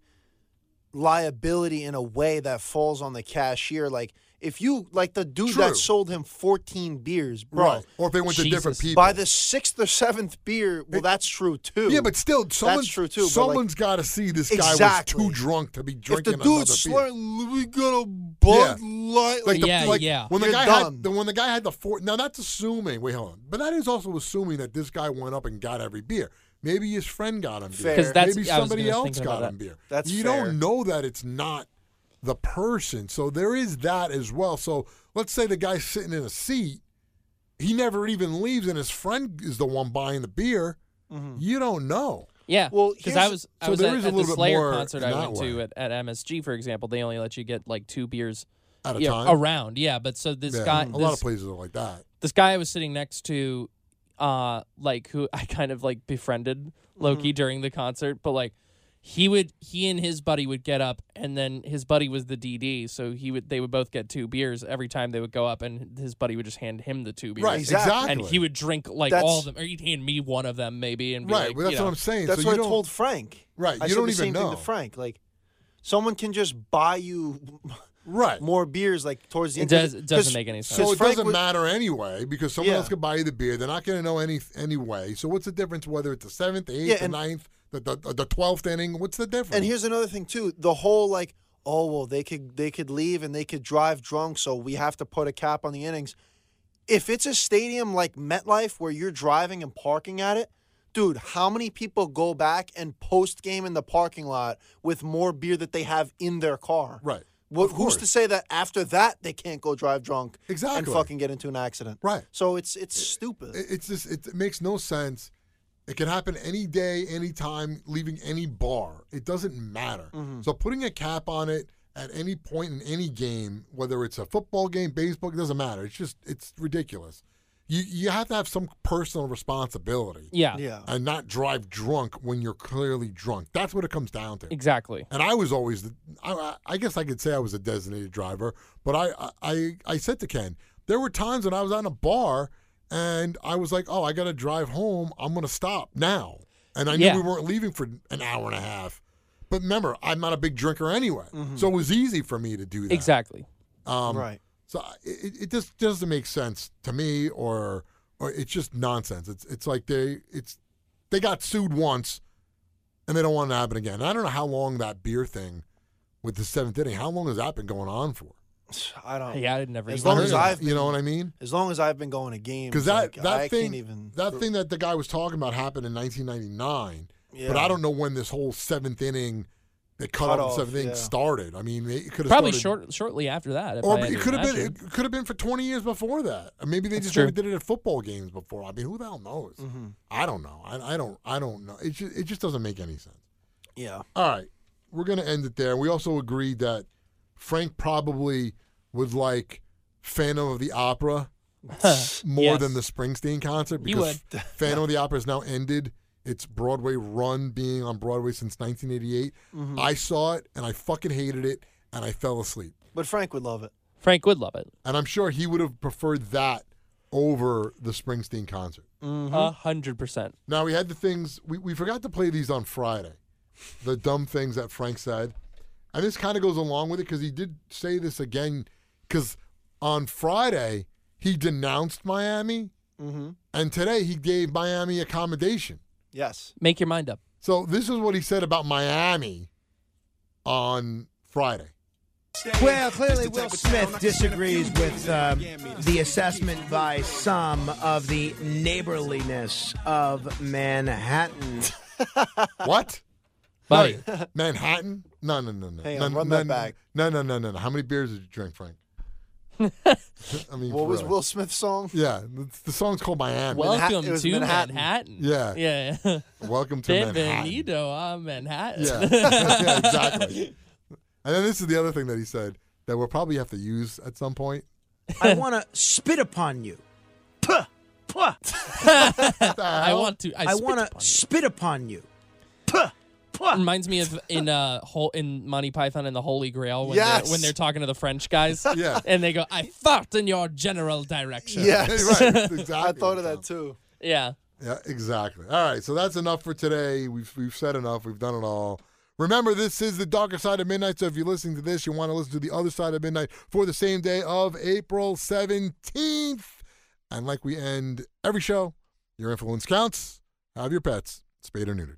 Speaker 2: liability in a way that falls on the cashier. Like if you like the dude
Speaker 1: True.
Speaker 2: that sold him 14 beers, bro.
Speaker 1: Right. Or if they went to different
Speaker 3: Jesus.
Speaker 1: people.
Speaker 2: By the sixth or seventh beer, well, that's true too.
Speaker 1: yeah, but still, someone,
Speaker 2: true, too, but, like-
Speaker 1: Someone's got to see this guy
Speaker 2: Exactly.
Speaker 1: was too drunk to be
Speaker 2: if
Speaker 1: drinking
Speaker 2: the dude's
Speaker 1: another beer.
Speaker 2: slurring, we got a Bud
Speaker 1: Yeah.
Speaker 2: Light.
Speaker 1: Like the,
Speaker 3: Yeah,
Speaker 1: like
Speaker 3: yeah.
Speaker 1: When the
Speaker 2: You're
Speaker 1: guy had
Speaker 2: done.
Speaker 1: the, when the guy had the four. Now that's assuming. Wait, hold on. But that is also assuming that this guy went up and got every beer. Maybe his friend got him beer.
Speaker 2: Fair. 'Cause
Speaker 3: that's-
Speaker 1: Maybe
Speaker 3: I was
Speaker 1: somebody
Speaker 3: gonna
Speaker 1: else
Speaker 3: think about
Speaker 1: got
Speaker 3: that.
Speaker 1: him beer.
Speaker 2: That's
Speaker 1: you
Speaker 2: fair.
Speaker 1: don't know that it's not the person. So there is that as well. So let's say the guy's sitting in a seat.
Speaker 2: Mm-hmm.
Speaker 1: He never even leaves, and his friend is the one buying the beer. You don't know.
Speaker 3: Yeah.
Speaker 2: Well,
Speaker 3: because I
Speaker 2: here's-
Speaker 3: was I
Speaker 1: so
Speaker 3: was
Speaker 1: there
Speaker 3: at,
Speaker 1: is a
Speaker 3: at the
Speaker 1: little bit
Speaker 3: Slayer
Speaker 1: more
Speaker 3: concert
Speaker 1: in
Speaker 3: I
Speaker 1: that
Speaker 3: went to
Speaker 1: way.
Speaker 3: at, at MSG, for example. They only let you get like two beers
Speaker 1: at a
Speaker 3: yeah,
Speaker 1: time.
Speaker 3: around. Yeah, but so this
Speaker 1: Yeah,
Speaker 3: guy,
Speaker 1: a lot of
Speaker 3: this,
Speaker 1: places are like that.
Speaker 3: this guy I was sitting next to, uh, like who I kind of like befriended Loki
Speaker 1: Mm-hmm.
Speaker 3: during the concert, but like he would he and his buddy would get up and then his buddy was the DD, so he would they would both get two beers every time they would go up and his buddy would just hand him the two beers.
Speaker 2: Right, exactly.
Speaker 1: exactly.
Speaker 3: And he would drink like
Speaker 2: That's-
Speaker 3: all of them, or he'd hand me one of them maybe, and be
Speaker 1: right,
Speaker 3: like,
Speaker 1: well, that's
Speaker 3: you
Speaker 1: what
Speaker 3: know,
Speaker 1: I'm saying.
Speaker 2: That's
Speaker 1: so
Speaker 2: what
Speaker 1: you
Speaker 2: I
Speaker 1: don't,
Speaker 2: told Frank.
Speaker 1: Right,
Speaker 2: I
Speaker 1: you don't
Speaker 2: said the
Speaker 1: even
Speaker 2: same thing
Speaker 1: know.
Speaker 2: to Frank. Like, someone can just buy you
Speaker 1: right.
Speaker 2: more beers like towards
Speaker 3: It
Speaker 2: the end.
Speaker 3: does-
Speaker 2: 'Cause-
Speaker 3: it doesn't
Speaker 2: 'cause-
Speaker 3: make any sense.
Speaker 1: So
Speaker 2: 'cause
Speaker 1: it
Speaker 2: Frank
Speaker 1: doesn't
Speaker 2: was-
Speaker 1: matter anyway because someone
Speaker 2: Yeah.
Speaker 1: else could buy you the beer. They're not going to know any anyway. So what's the difference whether it's the seventh, the eighth,
Speaker 2: Yeah,
Speaker 1: the
Speaker 2: and-
Speaker 1: ninth, the the the twelfth inning? What's the difference?
Speaker 2: And here's another thing too: the whole like, oh well, they could they could leave and they could drive drunk, so we have to put a cap on the innings. If it's a stadium like MetLife where you're driving and parking at it, dude, how many people go back and post game in the parking lot with more beer that they have in their car?
Speaker 1: Right.
Speaker 2: What,
Speaker 1: Of
Speaker 2: who's to
Speaker 1: course.
Speaker 2: say that after that they can't go drive drunk and
Speaker 1: Exactly.
Speaker 2: fucking get into an accident?
Speaker 1: Right.
Speaker 2: So it's it's stupid.
Speaker 1: It- it's just it, it makes no sense. It can happen any day, any time, leaving any bar. It doesn't matter.
Speaker 2: Mm-hmm.
Speaker 1: So putting a cap on it at any point in any game, whether it's a football game, baseball, it doesn't matter. It's just it's ridiculous. You you have to have some personal responsibility
Speaker 3: yeah,
Speaker 2: yeah.
Speaker 1: and not drive drunk when you're clearly drunk. That's what it comes down to.
Speaker 3: exactly.
Speaker 1: And I was always, the, I- I, I guess I could say I was a designated driver, but I, I, I said to Ken, there were times when I was on a bar and I was like, oh, I got to drive home. I'm going to stop now. And I knew
Speaker 3: Yeah.
Speaker 1: we weren't leaving for an hour and a half. But remember, I'm not a big drinker anyway. So it was easy for me to do that.
Speaker 3: Exactly.
Speaker 1: Um,
Speaker 2: right.
Speaker 1: So I- it, it just doesn't make sense to me or, or it's just nonsense. It's, it's like they, it's, they got sued once and they don't want it to happen again. And I don't know how long that beer thing with the seventh inning, how long has that been going on for?
Speaker 2: I don't.
Speaker 3: Yeah, I'd never.
Speaker 2: As
Speaker 3: even
Speaker 2: long
Speaker 3: heard
Speaker 2: as
Speaker 3: of that.
Speaker 2: I've
Speaker 1: you know what I mean?
Speaker 2: As long as I've been going to games,
Speaker 1: Because that,
Speaker 2: like,
Speaker 1: that
Speaker 2: I
Speaker 1: thing
Speaker 2: can't even
Speaker 1: that thing that the guy was talking about happened in 1999, but
Speaker 2: Yeah.
Speaker 1: I don't know when this whole seventh inning, they cut
Speaker 2: Cut
Speaker 1: off the
Speaker 2: off,
Speaker 1: seventh inning
Speaker 2: yeah.
Speaker 1: started. I mean, it could have
Speaker 3: probably
Speaker 1: started,
Speaker 3: short shortly after that. If
Speaker 1: or
Speaker 3: I had
Speaker 1: it
Speaker 3: to
Speaker 1: could have been
Speaker 3: imagine.
Speaker 1: it could have been for 20 years before that. Or Maybe they
Speaker 3: That's
Speaker 1: just never
Speaker 3: true.
Speaker 1: did it at football games before. I mean, who the hell knows? I don't know. I, I don't. I don't know. It just, it just doesn't make any sense.
Speaker 2: Yeah.
Speaker 1: All right, we're gonna end it there. We also agreed that Frank probably would like Phantom of the Opera more
Speaker 3: Yes.
Speaker 1: than the Springsteen concert
Speaker 3: He
Speaker 1: because Phantom of the Opera has now ended its Broadway run, being on Broadway since 1988. I saw it and I fucking hated it and I fell asleep.
Speaker 2: But Frank would love it.
Speaker 3: Frank would love it.
Speaker 1: And I'm sure he would have preferred that over the Springsteen concert.
Speaker 3: A hundred percent.
Speaker 1: Now we had the things we, we forgot to play these on Friday. The dumb things that Frank said. And this kind of goes along with it because he did say this again because on Friday he denounced Miami
Speaker 2: Mm-hmm.
Speaker 1: and today he gave Miami accommodation.
Speaker 2: Yes.
Speaker 3: Make your mind up.
Speaker 1: So this is what he said about Miami on Friday.
Speaker 4: Well, clearly Will Smith disagrees with um, the assessment by some of the neighborliness of Manhattan.
Speaker 1: What?
Speaker 3: Buddy.
Speaker 1: No, Manhattan? No, no, no, no.
Speaker 2: Hang
Speaker 1: no,
Speaker 2: on, run
Speaker 1: no,
Speaker 2: that
Speaker 1: no,
Speaker 2: back.
Speaker 1: No, no, no, no, no. How many beers did you drink, Frank? I mean,
Speaker 2: What
Speaker 1: for
Speaker 2: was
Speaker 1: real.
Speaker 2: Will Smith's song?
Speaker 1: Yeah, the, the song's called Miami.
Speaker 3: Welcome
Speaker 2: it was
Speaker 3: to Manhattan.
Speaker 2: Manhattan.
Speaker 1: Yeah.
Speaker 3: Yeah.
Speaker 1: Welcome to Manhattan.
Speaker 3: Benvenido on Manhattan.
Speaker 1: Yeah. yeah, exactly. And then this is the other thing that he said that we'll probably have to use at some point.
Speaker 4: I want to spit upon you. Puh, puh.
Speaker 3: I want to. I,
Speaker 4: I want
Speaker 3: want
Speaker 4: to spit upon you. Puh, puh.
Speaker 3: Reminds me of in uh whole in Monty Python and the Holy Grail when
Speaker 2: Yes.
Speaker 3: they're, when they're talking to the French guys.
Speaker 1: Yeah.
Speaker 3: And they go, "I fart in your general direction."
Speaker 2: Yes.
Speaker 1: right. Exactly.
Speaker 2: I thought of that too.
Speaker 3: Yeah.
Speaker 1: Yeah, exactly. All right, so that's enough for today. We've we've said enough. We've done it all. Remember, this is the darker side of midnight. So if you're listening to this, you want to listen to the other side of midnight for the same day of April 17th. And like we end every show, your influence counts. Have your pets spayed or neutered.